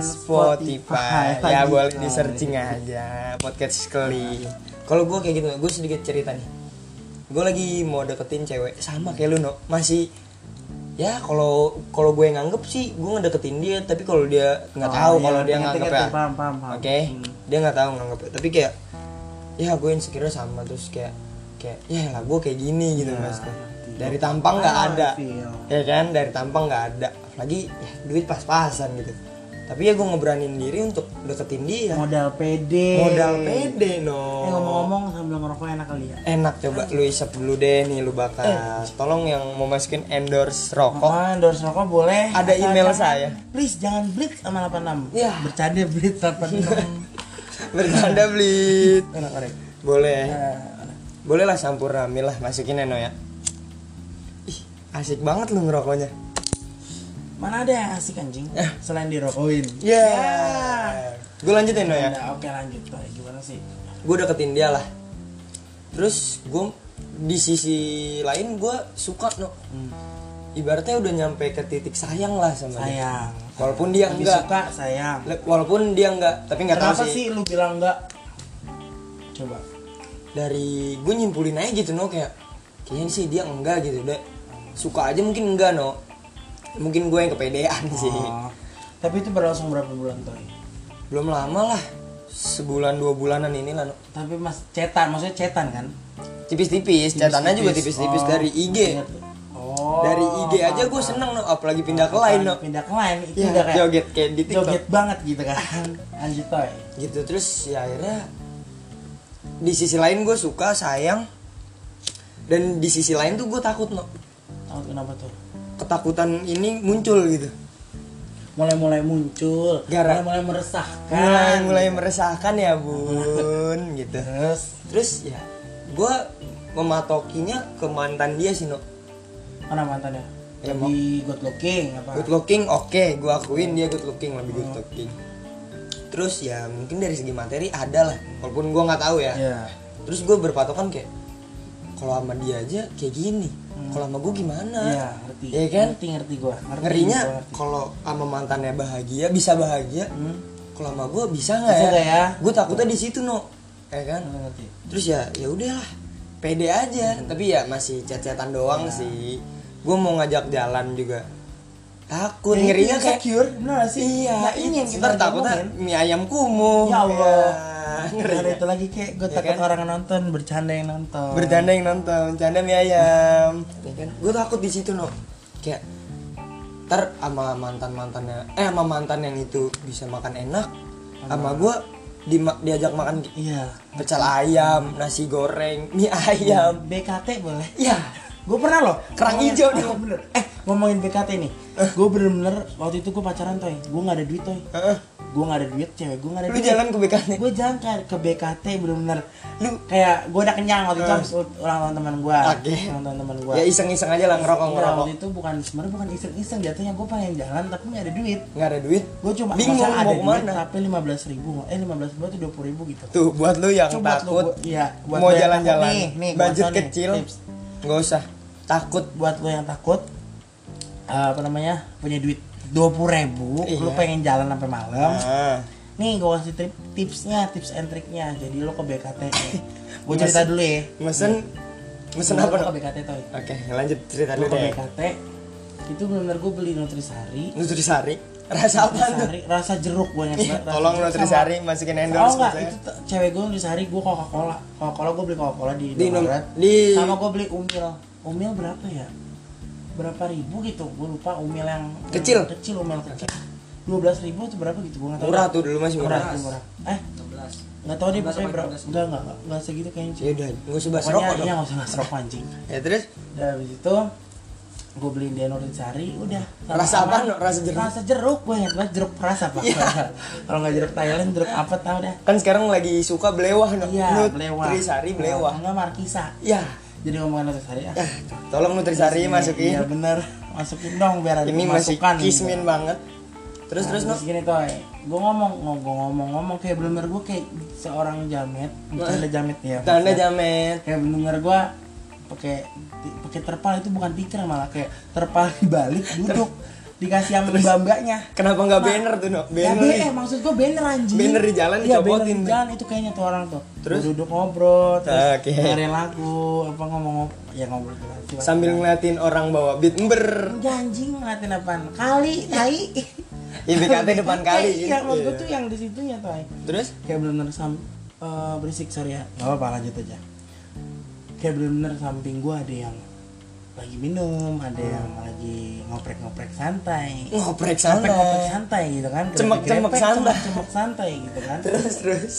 Speaker 1: dan Spotify.
Speaker 2: Spotify.
Speaker 1: Ya
Speaker 2: Lagi,
Speaker 1: boleh di
Speaker 2: coy.
Speaker 1: searching aja podcast sekali. Kalau gue kayak gitu, gue sedikit cerita nih. Gue lagi mau deketin cewek sama kayak lu no, masih ya kalau kalau gue nganggep sih gue ngedeketin dia tapi kalau dia nggak tahu kalau dia nganggep ya
Speaker 2: paham paham paham
Speaker 1: oke dia nggak tahu nganggep tapi kayak ya gue insecure sama terus kayak kayak ya lah gue kayak gini gitu
Speaker 2: Ya,
Speaker 1: maksudnya
Speaker 2: ngerti.
Speaker 1: dari tampang nggak
Speaker 2: Ah,
Speaker 1: ada
Speaker 2: feel.
Speaker 1: ya kan dari tampang nggak ada lagi ya, duit pas-pasan gitu tapi ya gue ngeberanin diri untuk deketin dia
Speaker 2: modal
Speaker 1: Ya.
Speaker 2: pede
Speaker 1: modal pede no
Speaker 2: eh ngomong-ngomong sambil ngerokok enak kali ya
Speaker 1: enak coba lu isap dulu deh nih lu bakal tolong yang mau masukin endorse rokok
Speaker 2: Pokoknya endorse rokok boleh
Speaker 1: Ada
Speaker 2: Asal
Speaker 1: email
Speaker 2: jangan-
Speaker 1: saya.
Speaker 2: Please jangan blitz sama 86
Speaker 1: Iya.
Speaker 2: Bercanda blitz 86
Speaker 1: bercanda blit
Speaker 2: Enak Eh. korek
Speaker 1: boleh boleh lah sampurna lah masukin eno ya ih asik banget lu ngerokoknya
Speaker 2: Mana ada yang asik anjing Selain dirokokin
Speaker 1: ya gue lanjutin no ya
Speaker 2: Nah, Oke lanjut Pak. Gimana sih
Speaker 1: gue deketin dia lah terus gue di sisi lain gue suka no
Speaker 2: Hmm.
Speaker 1: ibaratnya udah nyampe ke titik sayang lah sama dia
Speaker 2: Sayang
Speaker 1: walaupun dia
Speaker 2: Lebih
Speaker 1: enggak
Speaker 2: suka sayang
Speaker 1: Le- walaupun dia enggak tapi nggak
Speaker 2: Kenapa
Speaker 1: tahu sih,
Speaker 2: sih lu bilang enggak Coba
Speaker 1: dari gue nyimpulin aja gitu no kayak kayaknya sih dia enggak gitu deh suka aja mungkin enggak no mungkin gue yang kepedean sih
Speaker 2: Oh. Tapi itu berlangsung berapa bulan Toy?
Speaker 1: belum lama lah sebulan dua bulanan ini lah no.
Speaker 2: Tapi mas cetan, maksudnya cetan kan?
Speaker 1: tipis-tipis catatannya juga tipis-tipis
Speaker 2: Oh,
Speaker 1: dari IG
Speaker 2: ingat. Oh.
Speaker 1: dari IG aja gue seneng no apalagi pindah ke lain no
Speaker 2: Pindah ke lain itu
Speaker 1: Ya,
Speaker 2: udah kayak
Speaker 1: joget kayak di TikTok.
Speaker 2: joget banget gitu kan. Lanjut Toy.
Speaker 1: gitu terus ya akhirnya di sisi lain gue suka sayang dan di sisi lain tuh gue takut no
Speaker 2: Tahu kenapa tuh?
Speaker 1: ketakutan ini muncul gitu
Speaker 2: Mulai-mulai muncul,
Speaker 1: Gara-
Speaker 2: mulai-mulai meresahkan.
Speaker 1: mulai mulai meresahkan ya bun gitu
Speaker 2: Terus
Speaker 1: terus ya gue mematokinya ke mantan dia sih no
Speaker 2: mana mantannya?
Speaker 1: Ya,
Speaker 2: Lebih good looking apa?
Speaker 1: good looking oke gue akuin dia good looking lebih good looking terus ya mungkin dari segi materi ada lah walaupun gue nggak tahu ya
Speaker 2: Iya.
Speaker 1: terus gue berpatokan kayak kalau sama dia aja kayak gini kalau sama gue gimana
Speaker 2: Hmm. Iya, ngerti.
Speaker 1: Iya kan?
Speaker 2: Ngerti ngerti gua. Ngerti,
Speaker 1: ngerinya
Speaker 2: gua ngerti.
Speaker 1: kalau sama mantannya bahagia bisa bahagia
Speaker 2: Hmm.
Speaker 1: kalau sama gue bisa nggak
Speaker 2: Bisa
Speaker 1: ya,
Speaker 2: nggak ya?
Speaker 1: gue takutnya di situ no ya kan
Speaker 2: Ngerti, ngerti.
Speaker 1: terus ya ya udahlah pede aja
Speaker 2: Hmm.
Speaker 1: tapi ya masih cat-catan doang
Speaker 2: Iya.
Speaker 1: sih gue mau ngajak jalan juga takut
Speaker 2: Ya,
Speaker 1: ngerinya
Speaker 2: itu
Speaker 1: kayak
Speaker 2: insecure, benar nggak sih?
Speaker 1: iya
Speaker 2: Nah, ini yang kita
Speaker 1: ntar takutnya
Speaker 2: ngomongin.
Speaker 1: mie ayam kumum
Speaker 2: Ya Allah.
Speaker 1: Ya, ngeri
Speaker 2: Ada itu lagi kayak gue
Speaker 1: Iya
Speaker 2: takut
Speaker 1: kan?
Speaker 2: orang nonton bercanda Oh. yang nonton.
Speaker 1: bercanda yang nonton canda mie ayam ya kan gue takut di situ no kayak ntar sama mantan mantannya eh sama mantan yang itu bisa makan enak sama gue di diajak makan
Speaker 2: Iya.
Speaker 1: pecel ayam nasi goreng mie
Speaker 2: Iya,
Speaker 1: ayam
Speaker 2: BKT boleh.
Speaker 1: ya
Speaker 2: Gue pernah loh.
Speaker 1: Iya. Kerang
Speaker 2: ngomongin-
Speaker 1: hijau Eh. dong.
Speaker 2: Ah, bener. Eh ngomongin BKT nih. Gue bener-bener waktu itu gue pacaran toy. Gue nggak ada duit toy.
Speaker 1: Heeh.
Speaker 2: Gue nggak ada duit cewek. Gue nggak ada
Speaker 1: lu
Speaker 2: duit.
Speaker 1: jalan ke BKT
Speaker 2: Gue jalan ke, ke BKT bener-bener. Lu kayak gue udah kenyang waktu itu habis ut- ulang tahun teman gue.
Speaker 1: Eh. Oke.
Speaker 2: Ulang tahun teman gue.
Speaker 1: ya iseng iseng aja lah ngerokok ngerokok
Speaker 2: Iya, waktu itu bukan sebenarnya bukan iseng-iseng jatuhnya gue pengen jalan tapi nggak ada duit.
Speaker 1: nggak ada duit
Speaker 2: Gue cuma
Speaker 1: bingung
Speaker 2: masa ada
Speaker 1: mau
Speaker 2: duit
Speaker 1: kemana
Speaker 2: tapi lima belas ribu. Eh lima belas ribu atau dua puluh ribu gitu.
Speaker 1: tuh buat lu yang
Speaker 2: Coba lu
Speaker 1: takut
Speaker 2: buat- iya, buat
Speaker 1: mau
Speaker 2: lu yang
Speaker 1: jalan-jalan
Speaker 2: takut nih, nih, gua
Speaker 1: budget
Speaker 2: kasih nih
Speaker 1: kecil
Speaker 2: tips.
Speaker 1: nggak usah takut
Speaker 2: buat lo yang takut eh, apa namanya punya duit dua puluh ribu
Speaker 1: Iya.
Speaker 2: lo pengen jalan sampai malam
Speaker 1: Ah.
Speaker 2: nih gue kasih trip tipsnya tips and triknya jadi lo ke BKT gue cerita dulu ya
Speaker 1: mesen mesen ya? apa
Speaker 2: Gua ke
Speaker 1: no?
Speaker 2: BKT toy
Speaker 1: Oke, lanjut cerita dulu
Speaker 2: gue ke
Speaker 1: deh.
Speaker 2: BKT itu benar-benar gue beli nutrisari
Speaker 1: Nutrisari, rasa apa tuh? Iya.
Speaker 2: nutrisari rasa jeruk gue
Speaker 1: Ih,
Speaker 2: banyak
Speaker 1: Tolong Nutrisari masukin
Speaker 2: Oh
Speaker 1: endorse
Speaker 2: enggak,
Speaker 1: misalnya.
Speaker 2: itu t- cewek gue nutrisari gue Coca Cola Coca Cola gue beli Coca Cola di
Speaker 1: Di nom-
Speaker 2: Indomaret
Speaker 1: di-
Speaker 2: sama gue beli umil umil berapa ya berapa ribu gitu gue lupa umil yang
Speaker 1: Kecil?
Speaker 2: kecil umil kecil dua belas ribu atau berapa gitu gue nggak tahu
Speaker 1: Murah tuh dulu masih
Speaker 2: murah,
Speaker 1: murah.
Speaker 2: tuh, murah. eh nggak tahu deh pokoknya berapa enggak enggak enggak, enggak segitu kayaknya cuy.
Speaker 1: Ya udah, gua usah bahas
Speaker 2: pokoknya
Speaker 1: rokok
Speaker 2: iya
Speaker 1: dong.
Speaker 2: nggak usah ngasih rokok anjing
Speaker 1: Ya terus
Speaker 2: dan habis itu gue beliin dia nutrisari udah Sama
Speaker 1: Rasa
Speaker 2: sama-
Speaker 1: apa, no? Rasa jeruk? Iya.
Speaker 2: rasa jeruk gue ingat banget jeruk perasa pak kalau nggak jeruk Thailand jeruk apa tau dah
Speaker 1: kan sekarang lagi suka belewah no.
Speaker 2: Iya, belewah.
Speaker 1: Nutrisari belewah.
Speaker 2: Enggak markisa.
Speaker 1: Ya,
Speaker 2: Jadi ngomongan nutrisari ya.
Speaker 1: tolong Nutrisari
Speaker 2: Iya
Speaker 1: ah. masukin.
Speaker 2: bener. Masukin dong biar ada
Speaker 1: Ini masih
Speaker 2: masukan gitu.
Speaker 1: kismin banget. Terus
Speaker 2: Nah,
Speaker 1: terus no.
Speaker 2: terus gini toy, gue ngomong, ngomong, gue ngomong, ngomong kayak bener gue kayak seorang jamet, tanda jamet ya.
Speaker 1: Nah, Tanda
Speaker 2: maksudnya.
Speaker 1: jamet.
Speaker 2: Kayak bener gue pakai pakai terpal itu bukan tikar malah kayak terpal dibalik duduk dikasih yang bambu-bambunya
Speaker 1: Kenapa nggak banner tuh no?
Speaker 2: ya,
Speaker 1: Banner
Speaker 2: be-
Speaker 1: nih.
Speaker 2: eh, maksud gua banner anjing
Speaker 1: Banner di jalan
Speaker 2: iya, banner
Speaker 1: dicopotin
Speaker 2: di
Speaker 1: tuh.
Speaker 2: jalan itu kayaknya tuh orang tuh
Speaker 1: Terus? Ah,
Speaker 2: duduk ngobrol terus
Speaker 1: Oke.
Speaker 2: dengerin lagu apa ngomong ya ngobrol gitu.
Speaker 1: Sambil ngeliatin orang bawa beat ember.
Speaker 2: Udah anjing ngeliatin apaan? Kali, tai.
Speaker 1: IBKT depan kali
Speaker 2: Eh,
Speaker 1: gitu.
Speaker 2: Iya, maksud gua
Speaker 1: Iya.
Speaker 2: tuh yang di situnya tuh. ay.
Speaker 1: Terus?
Speaker 2: Kayak bener-bener sam eh, berisik sorry ya. Gak apa-apa lanjut aja. Kayak bener-bener samping gua ada yang lagi minum, ada
Speaker 1: Hmm.
Speaker 2: yang lagi ngoprek-ngoprek santai.
Speaker 1: Ngoprek
Speaker 2: Ngoprek-ngoprek
Speaker 1: sana.
Speaker 2: santai gitu kan.
Speaker 1: Cemek-cemek
Speaker 2: Gerepek-gerepek,
Speaker 1: santai.
Speaker 2: Cemek-cemek santai gitu kan.
Speaker 1: Terus terus.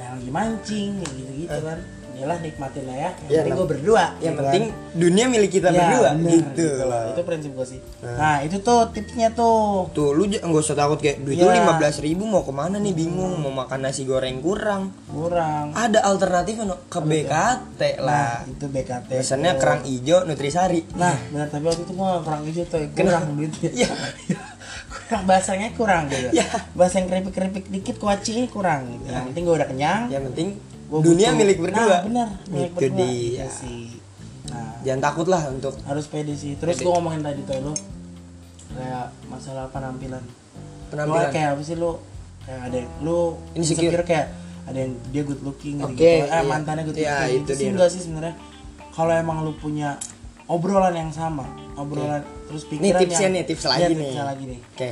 Speaker 2: Nah, lagi mancing kayak gitu-gitu kan. Yalah nikmatin lah ya.
Speaker 1: Eh.
Speaker 2: Yang
Speaker 1: Iya,
Speaker 2: penting
Speaker 1: nam-
Speaker 2: gua berdua.
Speaker 1: Yang
Speaker 2: gitu kan.
Speaker 1: penting dunia milik kita
Speaker 2: Iya,
Speaker 1: berdua
Speaker 2: bener,
Speaker 1: gitu
Speaker 2: loh.
Speaker 1: loh.
Speaker 2: Itu prinsip gue sih.
Speaker 1: Nah.
Speaker 2: Nah, itu tuh tipsnya tuh.
Speaker 1: Tuh lu j- nggak usah takut kayak duit lu
Speaker 2: Iya.
Speaker 1: lima ribu mau kemana nih bingung mau makan nasi goreng kurang
Speaker 2: Kurang.
Speaker 1: ada alternatif no? ke BKT
Speaker 2: Nah,
Speaker 1: lah
Speaker 2: itu BKT.
Speaker 1: pesannya
Speaker 2: tuh.
Speaker 1: kerang ijo nutrisari
Speaker 2: gitu. Nah, benar tapi waktu itu gua kurang itu tuh kurang duitnya.
Speaker 1: Iya.
Speaker 2: kurang bahasanya kurang gitu.
Speaker 1: Iya.
Speaker 2: Bahasa yang keripik-keripik dikit kuaci kurang gitu. Yang penting gua udah kenyang.
Speaker 1: yang penting
Speaker 2: gua
Speaker 1: dunia
Speaker 2: butuh.
Speaker 1: milik berdua
Speaker 2: Nah, benar. Milik
Speaker 1: itu
Speaker 2: berdua.
Speaker 1: dia
Speaker 2: Iya sih. Nah,
Speaker 1: jangan takut lah untuk
Speaker 2: harus pede sih. Terus
Speaker 1: Pede.
Speaker 2: gua ngomongin tadi tuh lu kayak masalah penampilan.
Speaker 1: penampilan
Speaker 2: Lu kayak apa sih lu kayak ada yang- lu
Speaker 1: Insecure.
Speaker 2: insecure kayak ada yang dia good looking
Speaker 1: Oke,
Speaker 2: gitu eh
Speaker 1: iya.
Speaker 2: mantannya good
Speaker 1: Iya,
Speaker 2: looking
Speaker 1: itu
Speaker 2: itu sih
Speaker 1: dia.
Speaker 2: enggak sih sebenarnya kalau emang lu punya obrolan yang sama obrolan terus
Speaker 1: Nih
Speaker 2: pikiran
Speaker 1: tipsnya
Speaker 2: yang-
Speaker 1: nih tips
Speaker 2: Iya,
Speaker 1: lagi nih.
Speaker 2: tipsnya lagi nih
Speaker 1: Oke,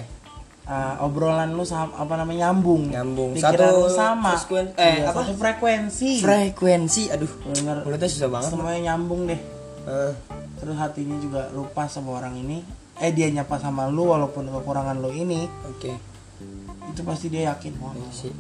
Speaker 2: Ah, obrolan lu sama apa namanya nyambung
Speaker 1: Nyambung.
Speaker 2: pikiran
Speaker 1: Satu
Speaker 2: lu sama
Speaker 1: frekuensi- eh,
Speaker 2: Iya,
Speaker 1: apa?
Speaker 2: satu frekuensi
Speaker 1: frekuensi aduh
Speaker 2: Bener.
Speaker 1: mulutnya susah banget.
Speaker 2: semuanya nyambung deh
Speaker 1: Eh,
Speaker 2: terus hatinya juga lupa sama orang ini eh dia nyapa sama lu walaupun kekurangan lu ini
Speaker 1: Oke. Iya
Speaker 2: itu pasti dia yakin wah
Speaker 1: sih.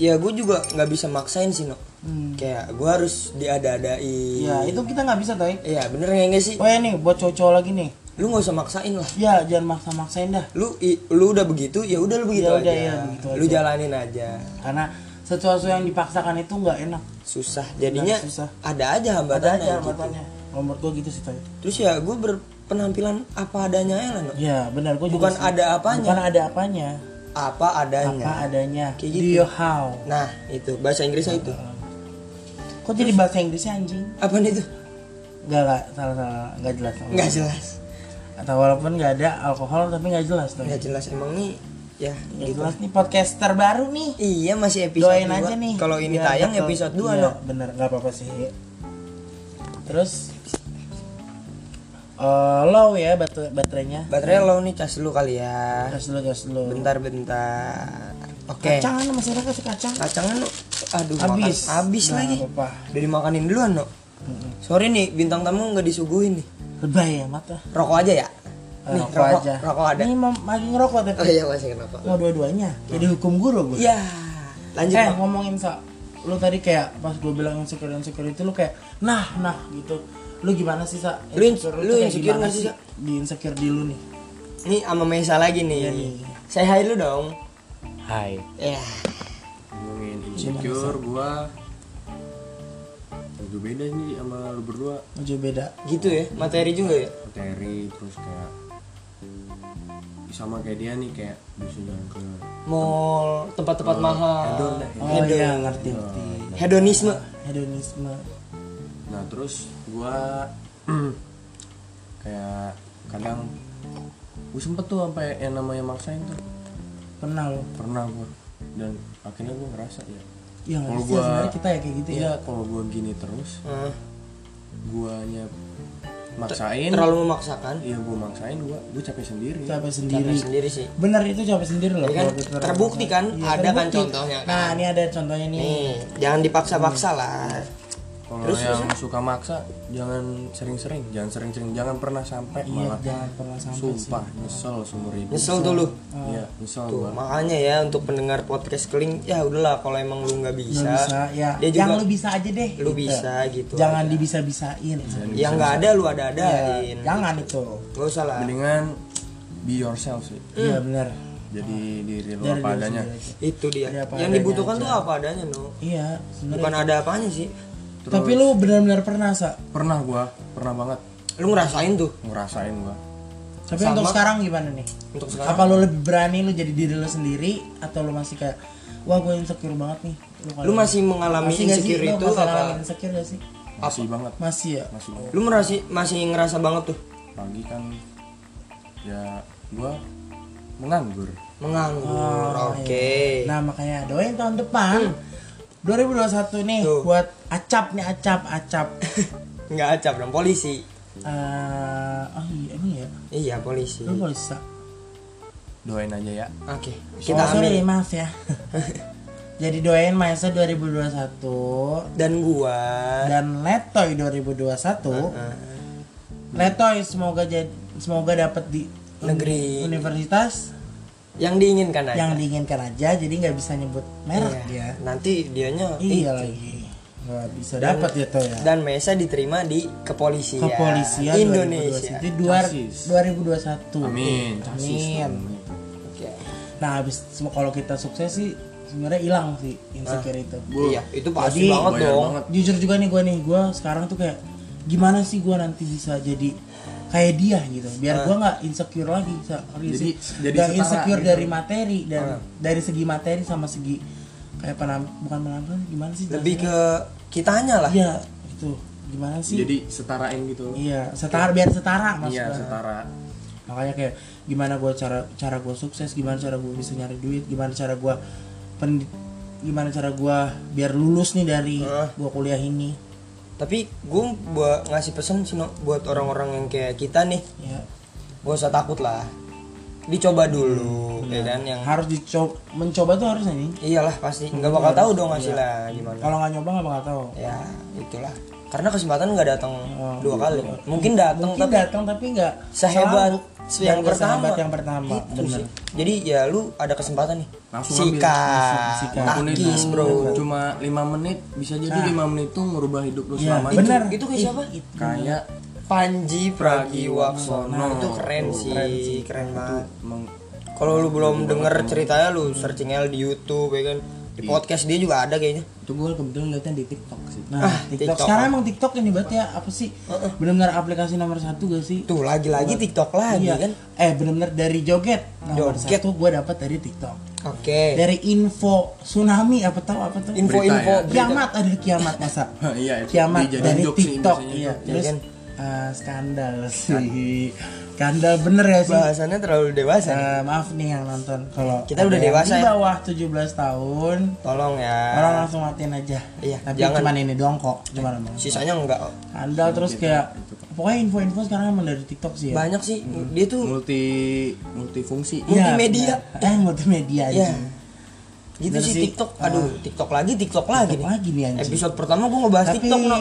Speaker 1: Ya gue juga nggak bisa maksain sih no.
Speaker 2: hmm.
Speaker 1: Kayak gue harus diada-adain.
Speaker 2: Ya itu kita nggak bisa toy.
Speaker 1: Iya bener nggak nggak sih?
Speaker 2: Oh ya nih buat cowok-cowok lagi nih.
Speaker 1: Lu nggak usah maksain lah.
Speaker 2: Ya jangan maksa-maksain dah.
Speaker 1: Lu i- lu udah begitu ya udah lu begitu
Speaker 2: Ya
Speaker 1: aja.
Speaker 2: udah, ya, begitu
Speaker 1: Lu
Speaker 2: aja.
Speaker 1: jalanin aja.
Speaker 2: Karena sesuatu yang dipaksakan itu nggak enak.
Speaker 1: Susah. Jadinya
Speaker 2: Bener, Iya, susah.
Speaker 1: ada aja
Speaker 2: Ada
Speaker 1: hambatannya.
Speaker 2: aja
Speaker 1: gitu.
Speaker 2: hambatannya. Kalau Menurut gua gitu sih toy.
Speaker 1: Terus ya gue berpenampilan apa adanya ya lah no.
Speaker 2: Ya benar gua juga.
Speaker 1: Bukan
Speaker 2: sih.
Speaker 1: ada apanya.
Speaker 2: Bukan ada apanya.
Speaker 1: Apa
Speaker 2: Apa
Speaker 1: adanya.
Speaker 2: adanya.
Speaker 1: Kayak
Speaker 2: Do
Speaker 1: gitu.
Speaker 2: you how?
Speaker 1: Nah itu bahasa Inggrisnya itu.
Speaker 2: Kok jadi bahasa Inggrisnya anjing?
Speaker 1: Apa nih tuh?
Speaker 2: Enggak lah, salah salah, nggak jelas.
Speaker 1: Nggak jelas.
Speaker 2: Atau walaupun nggak ada alkohol tapi nggak jelas toy.
Speaker 1: Nggak jelas emang nih ya
Speaker 2: Nggak
Speaker 1: gitu.
Speaker 2: jelas nih podcaster baru nih.
Speaker 1: Iya masih episode
Speaker 2: doain
Speaker 1: dua.
Speaker 2: aja nih
Speaker 1: Kalau ini
Speaker 2: Biar
Speaker 1: tayang
Speaker 2: dapet-
Speaker 1: episode 2
Speaker 2: Iya,
Speaker 1: no.
Speaker 2: bener nggak apa-apa sih terus eh, low ya batu baterainya
Speaker 1: Baterai low nih cas dulu kali ya.
Speaker 2: gas dulu gas dulu
Speaker 1: Bentar bentar. Oke.
Speaker 2: kacang kan masih ada kasih kacang
Speaker 1: Kacangan lu aduh
Speaker 2: habis
Speaker 1: makan habis
Speaker 2: Nggak
Speaker 1: lagi.
Speaker 2: apa-apa.
Speaker 1: Udah dimakanin duluan no.
Speaker 2: Mm-mm.
Speaker 1: Sorry nih bintang tamu nggak disuguhin nih.
Speaker 2: lebay ya mata
Speaker 1: Rokok aja ya.
Speaker 2: Eh,
Speaker 1: nih
Speaker 2: rokok
Speaker 1: rokok,
Speaker 2: aja
Speaker 1: rokok ada.
Speaker 2: ini mau lagi ngerokok tapi
Speaker 1: Oh iya masih kenapa?
Speaker 2: mau dua-duanya jadi hukum guru gue
Speaker 1: Iya. Lanjut
Speaker 2: eh
Speaker 1: Bang.
Speaker 2: ngomongin sa lu tadi kayak pas gue bilang insecure insecure itu lu kayak nah nah gitu lu gimana sih sa
Speaker 1: Lu ins- lu
Speaker 2: Insecure tuh kayak
Speaker 1: insecure
Speaker 2: gimana
Speaker 1: nggak sih, Sa?
Speaker 2: di insecure di lu nih
Speaker 1: Nih sama Mesa lagi nih.
Speaker 2: Iya, iya, iya.
Speaker 1: Saya hai lu dong.
Speaker 3: Hai,
Speaker 1: Ya.
Speaker 3: ngomongin insecure gua juga beda nih sama lu berdua
Speaker 2: Jauh beda
Speaker 1: Gitu ya. Materi juga ya.
Speaker 3: materi terus kayak sama kayak dia nih kayak bisa jalan ke
Speaker 1: Mall tempat-tempat mahal.
Speaker 3: hedon dah, hedon.
Speaker 2: Oh iya ngerti ngerti.
Speaker 1: Hedonisme.
Speaker 2: Hedonisme.
Speaker 3: nah terus gua kayak kadang gua sempet tuh sampai yang namanya maksain tuh
Speaker 2: Pernah lo.
Speaker 3: pernah gua dan akhirnya gua ngerasa ya
Speaker 2: Iya nggak
Speaker 3: Kalau
Speaker 2: sih
Speaker 3: gua-
Speaker 2: sebenarnya kita ya kayak gitu ya.
Speaker 3: iya kalau gua gini terus
Speaker 1: Nah,
Speaker 3: guanya maksain
Speaker 1: terlalu memaksakan.
Speaker 3: Iya gue maksain gue gue capek sendiri.
Speaker 2: Capek
Speaker 1: Capek
Speaker 2: sendiri.
Speaker 1: sendiri sih.
Speaker 2: Bener itu capek sendiri
Speaker 1: Ya kan,
Speaker 2: loh. kalau kita terlalu
Speaker 1: terbukti
Speaker 2: maksa.
Speaker 1: kan?
Speaker 2: Iya,
Speaker 1: Ada kan
Speaker 2: terbukti.
Speaker 1: contohnya kan?
Speaker 2: Nah ini ada contohnya nih.
Speaker 1: Nih, jangan dipaksa-paksa lah.
Speaker 3: Kalau
Speaker 1: Terus,
Speaker 3: yang suka maksa jangan sering-sering, jangan sering-sering, jangan pernah sampai
Speaker 2: Iya
Speaker 3: malah
Speaker 1: kan.
Speaker 2: jangan pernah sampai sih. Ah,
Speaker 3: sumpah nyesel seumur hidup.
Speaker 1: Nyesel tuh lu.
Speaker 3: Iya nyesel
Speaker 1: Tuh,
Speaker 3: gue.
Speaker 1: makanya ya untuk pendengar podcast keling ya udahlah kalau emang lu nggak
Speaker 2: Nggak
Speaker 1: bisa,
Speaker 2: bisa ya.
Speaker 1: dia
Speaker 2: Yang
Speaker 1: juga
Speaker 2: lu bisa aja deh.
Speaker 1: lu
Speaker 2: gitu.
Speaker 1: bisa Iya, gitu.
Speaker 2: Jangan
Speaker 1: aja.
Speaker 2: dibisa-bisain.
Speaker 1: yang nggak ada lu ada
Speaker 2: Iya,
Speaker 1: adain.
Speaker 2: Jangan itu.
Speaker 1: Gak usah lah.
Speaker 3: Mendingan be yourself sih.
Speaker 2: Iya bener.
Speaker 3: Jadi diri lu
Speaker 2: Dari diri
Speaker 3: apa adanya.
Speaker 2: sendiri aja.
Speaker 1: Itu dia.
Speaker 2: Ada apa
Speaker 1: Yang
Speaker 2: adanya
Speaker 1: dibutuhkan
Speaker 2: aja.
Speaker 1: tuh apa adanya, no.
Speaker 2: Iya. sebenarnya.
Speaker 1: Bukan ada apanya sih.
Speaker 2: Tapi lu benar-benar pernah sa.
Speaker 3: Pernah gue, pernah banget
Speaker 1: Lu ngerasain tuh
Speaker 3: ngerasain gue.
Speaker 2: Tapi untuk sekarang gimana nih?
Speaker 1: untuk sekarang.
Speaker 2: Apa lu lebih berani lu jadi diri lu sendiri atau lu masih kayak wah gue insecure banget nih.
Speaker 1: Lu masih mengalami
Speaker 2: nggak sih?
Speaker 1: insecure
Speaker 2: Lu
Speaker 1: itu
Speaker 2: masih
Speaker 1: apa?
Speaker 2: ngalamin insecure gak sih?
Speaker 3: Masih banget,
Speaker 2: Masih ya.
Speaker 3: masih banget.
Speaker 1: Lu merasi, masih ngerasa banget tuh.
Speaker 3: Pagi kan ya gua menganggur
Speaker 1: menganggur
Speaker 2: Oh,
Speaker 1: oke
Speaker 2: iya. Nah makanya doain tahun depan 2021 nih
Speaker 1: Hmm. Tuh.
Speaker 2: buat acap nih acap acap.
Speaker 1: nggak acap dong polisi
Speaker 2: Eh, oh iya emang ya.
Speaker 1: iya polisi
Speaker 2: Lu
Speaker 1: oke
Speaker 2: polisi. Sa?
Speaker 3: doain aja ya
Speaker 1: kita
Speaker 2: Oh, sorry,
Speaker 1: ambil
Speaker 2: maaf ya. Jadi doain Maesa 2021
Speaker 1: dan gua
Speaker 2: dan Letoy 2021. Letoy semoga jadi semoga dapat di
Speaker 1: Negeri.
Speaker 2: universitas
Speaker 1: yang diinginkan aja
Speaker 2: yang diinginkan aja jadi nggak bisa nyebut merek
Speaker 1: Iya.
Speaker 2: ya.
Speaker 1: nanti dianya
Speaker 2: Iya lagi. Nggak bisa dapat ya Toy ya.
Speaker 1: dan Mesa diterima di kepolisian,
Speaker 2: kepolisian
Speaker 1: Indonesia
Speaker 2: 2021. Di dua-
Speaker 3: Casis.
Speaker 2: 2021.
Speaker 3: amin Casis
Speaker 2: Iya. Amin.
Speaker 3: namanya.
Speaker 1: Oke.
Speaker 2: Nah, habis semua kalau kita sukses sih sebenarnya hilang sih insecure itu.
Speaker 1: iya itu pasti
Speaker 2: Jadi,
Speaker 1: banget
Speaker 3: bayar
Speaker 1: dong
Speaker 3: banget.
Speaker 2: Jujur juga nih gue nih, gue sekarang tuh kayak gimana sih gue nanti bisa jadi kayak dia gitu. Biar gue nggak insecure lagi. Sorry
Speaker 3: Ah. Jadi-
Speaker 2: sih.
Speaker 3: jadi
Speaker 2: Nggak
Speaker 3: setara
Speaker 2: insecure
Speaker 3: gitu.
Speaker 2: dari materi dan dari segi materi sama segi kayak penam bukan penampilan gimana sih?
Speaker 1: lebih ke kitanya lah
Speaker 2: Iya, itu gimana sih?
Speaker 3: jadi setarain gitu
Speaker 2: Iya, setara biar setara maksudnya.
Speaker 3: iya setara
Speaker 2: makanya kayak gimana gue cara cara gue sukses gimana cara gue bisa nyari duit gimana cara gue pen gimana cara gue biar lulus nih dari
Speaker 1: Hah?
Speaker 3: Ah.
Speaker 2: gue kuliah ini
Speaker 1: tapi gue buat ngasih pesan sih Nok, buat orang-orang yang kayak kita nih
Speaker 2: ya
Speaker 1: gak usah takut lah dicoba dulu
Speaker 2: Hmm,
Speaker 1: ya
Speaker 2: iya.
Speaker 1: kan yang
Speaker 2: harus dicoba mencoba tuh harus nih
Speaker 1: iyalah pasti nggak
Speaker 2: Iya,
Speaker 1: bakal tahu dong hasilnya gimana
Speaker 2: kalau nggak nyoba nggak bakal tahu
Speaker 1: ya itulah karena kesempatan nggak datang
Speaker 2: Iya. Oh,
Speaker 1: dua kali mungkin datang
Speaker 2: mungkin
Speaker 1: tapi
Speaker 2: datang tapi nggak
Speaker 1: sehebat
Speaker 2: selalu.
Speaker 1: yang
Speaker 2: Nggak
Speaker 1: pertama
Speaker 2: sehebat yang pertama
Speaker 1: Gitu sih. jadi ya lu ada kesempatan nih
Speaker 3: Langsung
Speaker 1: sikat
Speaker 2: Langsung sikat.
Speaker 3: Walaupun itu
Speaker 1: Nah, takis bro
Speaker 3: Iya, cuma lima menit bisa jadi lima menit tuh ngubah hidup lu
Speaker 2: Iya,
Speaker 3: selama
Speaker 2: bener. benar
Speaker 1: itu kayak siapa?
Speaker 3: kayak
Speaker 1: Panji Pragiwaksono
Speaker 3: Nah,
Speaker 1: itu keren sih
Speaker 3: keren
Speaker 1: keren, banget
Speaker 3: meng-
Speaker 1: kalau lu belum denger ceritanya lu searching aja di YouTube ya kan di
Speaker 3: Iya.
Speaker 1: podcast dia juga ada kayaknya
Speaker 3: itu gue kebetulan liatnya di TikTok sih
Speaker 2: nah
Speaker 1: Ah,
Speaker 2: TikTok.
Speaker 1: TikTok.
Speaker 2: sekarang emang TikTok ini banget ya apa sih benar-benar aplikasi nomor satu gak sih
Speaker 1: tuh lagi-lagi TikTok lagi
Speaker 2: Iya
Speaker 1: kan
Speaker 2: Eh benar-benar dari joget. Nomor
Speaker 1: Joget.
Speaker 2: satu gue dapat dari TikTok.
Speaker 1: oke
Speaker 2: Dari info tsunami apa tahu apa tuh?
Speaker 1: info-info
Speaker 3: Berita ya.
Speaker 1: berita.
Speaker 2: kiamat ada kiamat masa.
Speaker 3: iya itu
Speaker 2: kiamat
Speaker 3: dijadiin
Speaker 2: dari
Speaker 3: jokes sih
Speaker 2: TikTok
Speaker 3: biasanya
Speaker 2: iya.
Speaker 3: tuh.
Speaker 1: Iya
Speaker 2: Terus
Speaker 1: kan?
Speaker 2: eh, skandal sih. Skandal bener ya sih.
Speaker 1: bahasannya terlalu dewasa nih.
Speaker 2: Eh, maaf nih yang nonton kalau
Speaker 1: Kita
Speaker 2: ada
Speaker 1: udah
Speaker 2: yang
Speaker 1: dewasa
Speaker 2: di
Speaker 1: ya.
Speaker 2: bawah 17 tahun
Speaker 1: tolong ya
Speaker 2: orang langsung matiin aja.
Speaker 1: Iya,
Speaker 2: Tapi
Speaker 1: jangan.
Speaker 2: cuman ini doang kok. Cuman emang.
Speaker 1: sisanya enggak
Speaker 2: Skandal terus kayak pokoknya info-info sekarang emang dari TikTok
Speaker 3: Iya.
Speaker 2: sih ya.
Speaker 1: banyak sih
Speaker 3: Hmm.
Speaker 1: dia tuh
Speaker 3: multi multifungsi
Speaker 2: Iya,
Speaker 1: multimedia.
Speaker 2: benar. Eh multimedia aja.
Speaker 1: ya gitu
Speaker 2: Iya. Bener
Speaker 1: sih
Speaker 2: sih. Ah.
Speaker 1: TikTok aduh TikTok lagi TikTok lagi
Speaker 2: TikTok lagi nih, anjing.
Speaker 1: episode pertama gue ngebahas
Speaker 2: Tapi
Speaker 1: TikTok no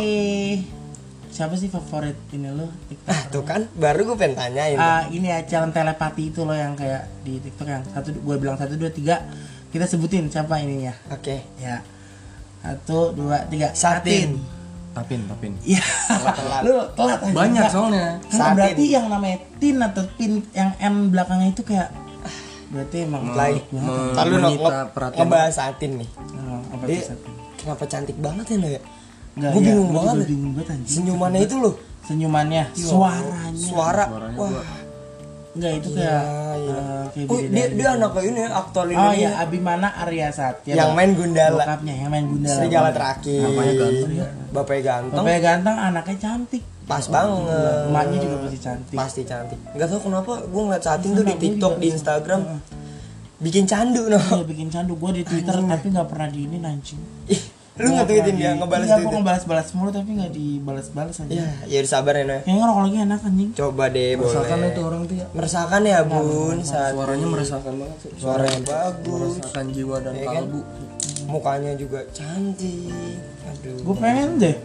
Speaker 2: siapa sih favorit ini lo? TikTok.
Speaker 1: ah tuh kan baru gue pengen tanyain
Speaker 2: Ah, ini ya calon telepati itu loh yang kayak di TikTok yang satu gue bilang satu dua tiga kita sebutin siapa ininya
Speaker 1: oke
Speaker 2: ya satu dua tiga
Speaker 1: Satin.
Speaker 3: tapin tapin
Speaker 2: Iya.
Speaker 1: telat.
Speaker 2: Lu telat aja.
Speaker 3: banyak
Speaker 2: Enggak.
Speaker 3: soalnya
Speaker 2: Karena
Speaker 1: Satin.
Speaker 2: berarti yang namanya Tin atau Pin yang M belakangnya itu kayak ah, berarti emang
Speaker 1: Lagi.
Speaker 2: baik banget.
Speaker 3: me-
Speaker 1: Ntar lu
Speaker 3: menyita
Speaker 1: nge- nge-
Speaker 3: perhatian.
Speaker 1: ngebahas Satin nih
Speaker 2: Oh, apa tuh
Speaker 1: Dia
Speaker 2: Satin?
Speaker 1: kenapa cantik banget ya lo ya
Speaker 2: Enggak,
Speaker 1: gue
Speaker 2: iya,
Speaker 1: bingung
Speaker 2: gua juga
Speaker 1: banget
Speaker 2: bingung banget, anjing.
Speaker 1: senyumannya itu loh
Speaker 2: Senyumannya, suaranya.
Speaker 1: suara
Speaker 3: Suaranya
Speaker 1: wah
Speaker 3: gua.
Speaker 2: Enggak itu
Speaker 1: iya,
Speaker 2: kayak
Speaker 1: iya.
Speaker 2: eh, kayak
Speaker 1: Oh,
Speaker 2: beda
Speaker 1: dia,
Speaker 2: dari-
Speaker 1: dia anak ini ya, aktor
Speaker 2: Oh
Speaker 1: Indonesia
Speaker 2: ya Abimana Arya Satya.
Speaker 1: yang main Gundala
Speaker 2: Bokapnya yang main Gundala.
Speaker 1: serigala terakhir
Speaker 3: Bapaknya ganteng ya.
Speaker 1: bapaknya ganteng
Speaker 2: Bapaknya ganteng, anaknya cantik.
Speaker 1: pas banget
Speaker 2: Emaknya juga pasti cantik.
Speaker 1: pasti cantik nggak tahu kenapa gue ngeliat Satin tuh di TikTok di Instagram bikin candu no
Speaker 2: Dia bikin candu gue di Twitter tapi nggak pernah di ini anjing.
Speaker 1: Ih, lu nggak tweetin dia ngebales
Speaker 2: Iya, gue
Speaker 1: tweetin
Speaker 2: ngebalas-balas mulu tapi nggak dibalas-balas aja.
Speaker 1: ya ya udah sabar ya no ya.
Speaker 2: Kayaknya ngerokok lagi enak anjing.
Speaker 1: coba deh
Speaker 3: meresahkan
Speaker 1: boleh
Speaker 3: itu orang tuh ya
Speaker 1: meresahkan ya kan? bun saat
Speaker 3: suaranya meresahkan banget sih
Speaker 1: suaranya bagus
Speaker 3: meresahkan jiwa dan
Speaker 1: Ya kan?
Speaker 3: kalbu
Speaker 1: mukanya juga cantik aduh Iya,
Speaker 2: Gue pengen deh.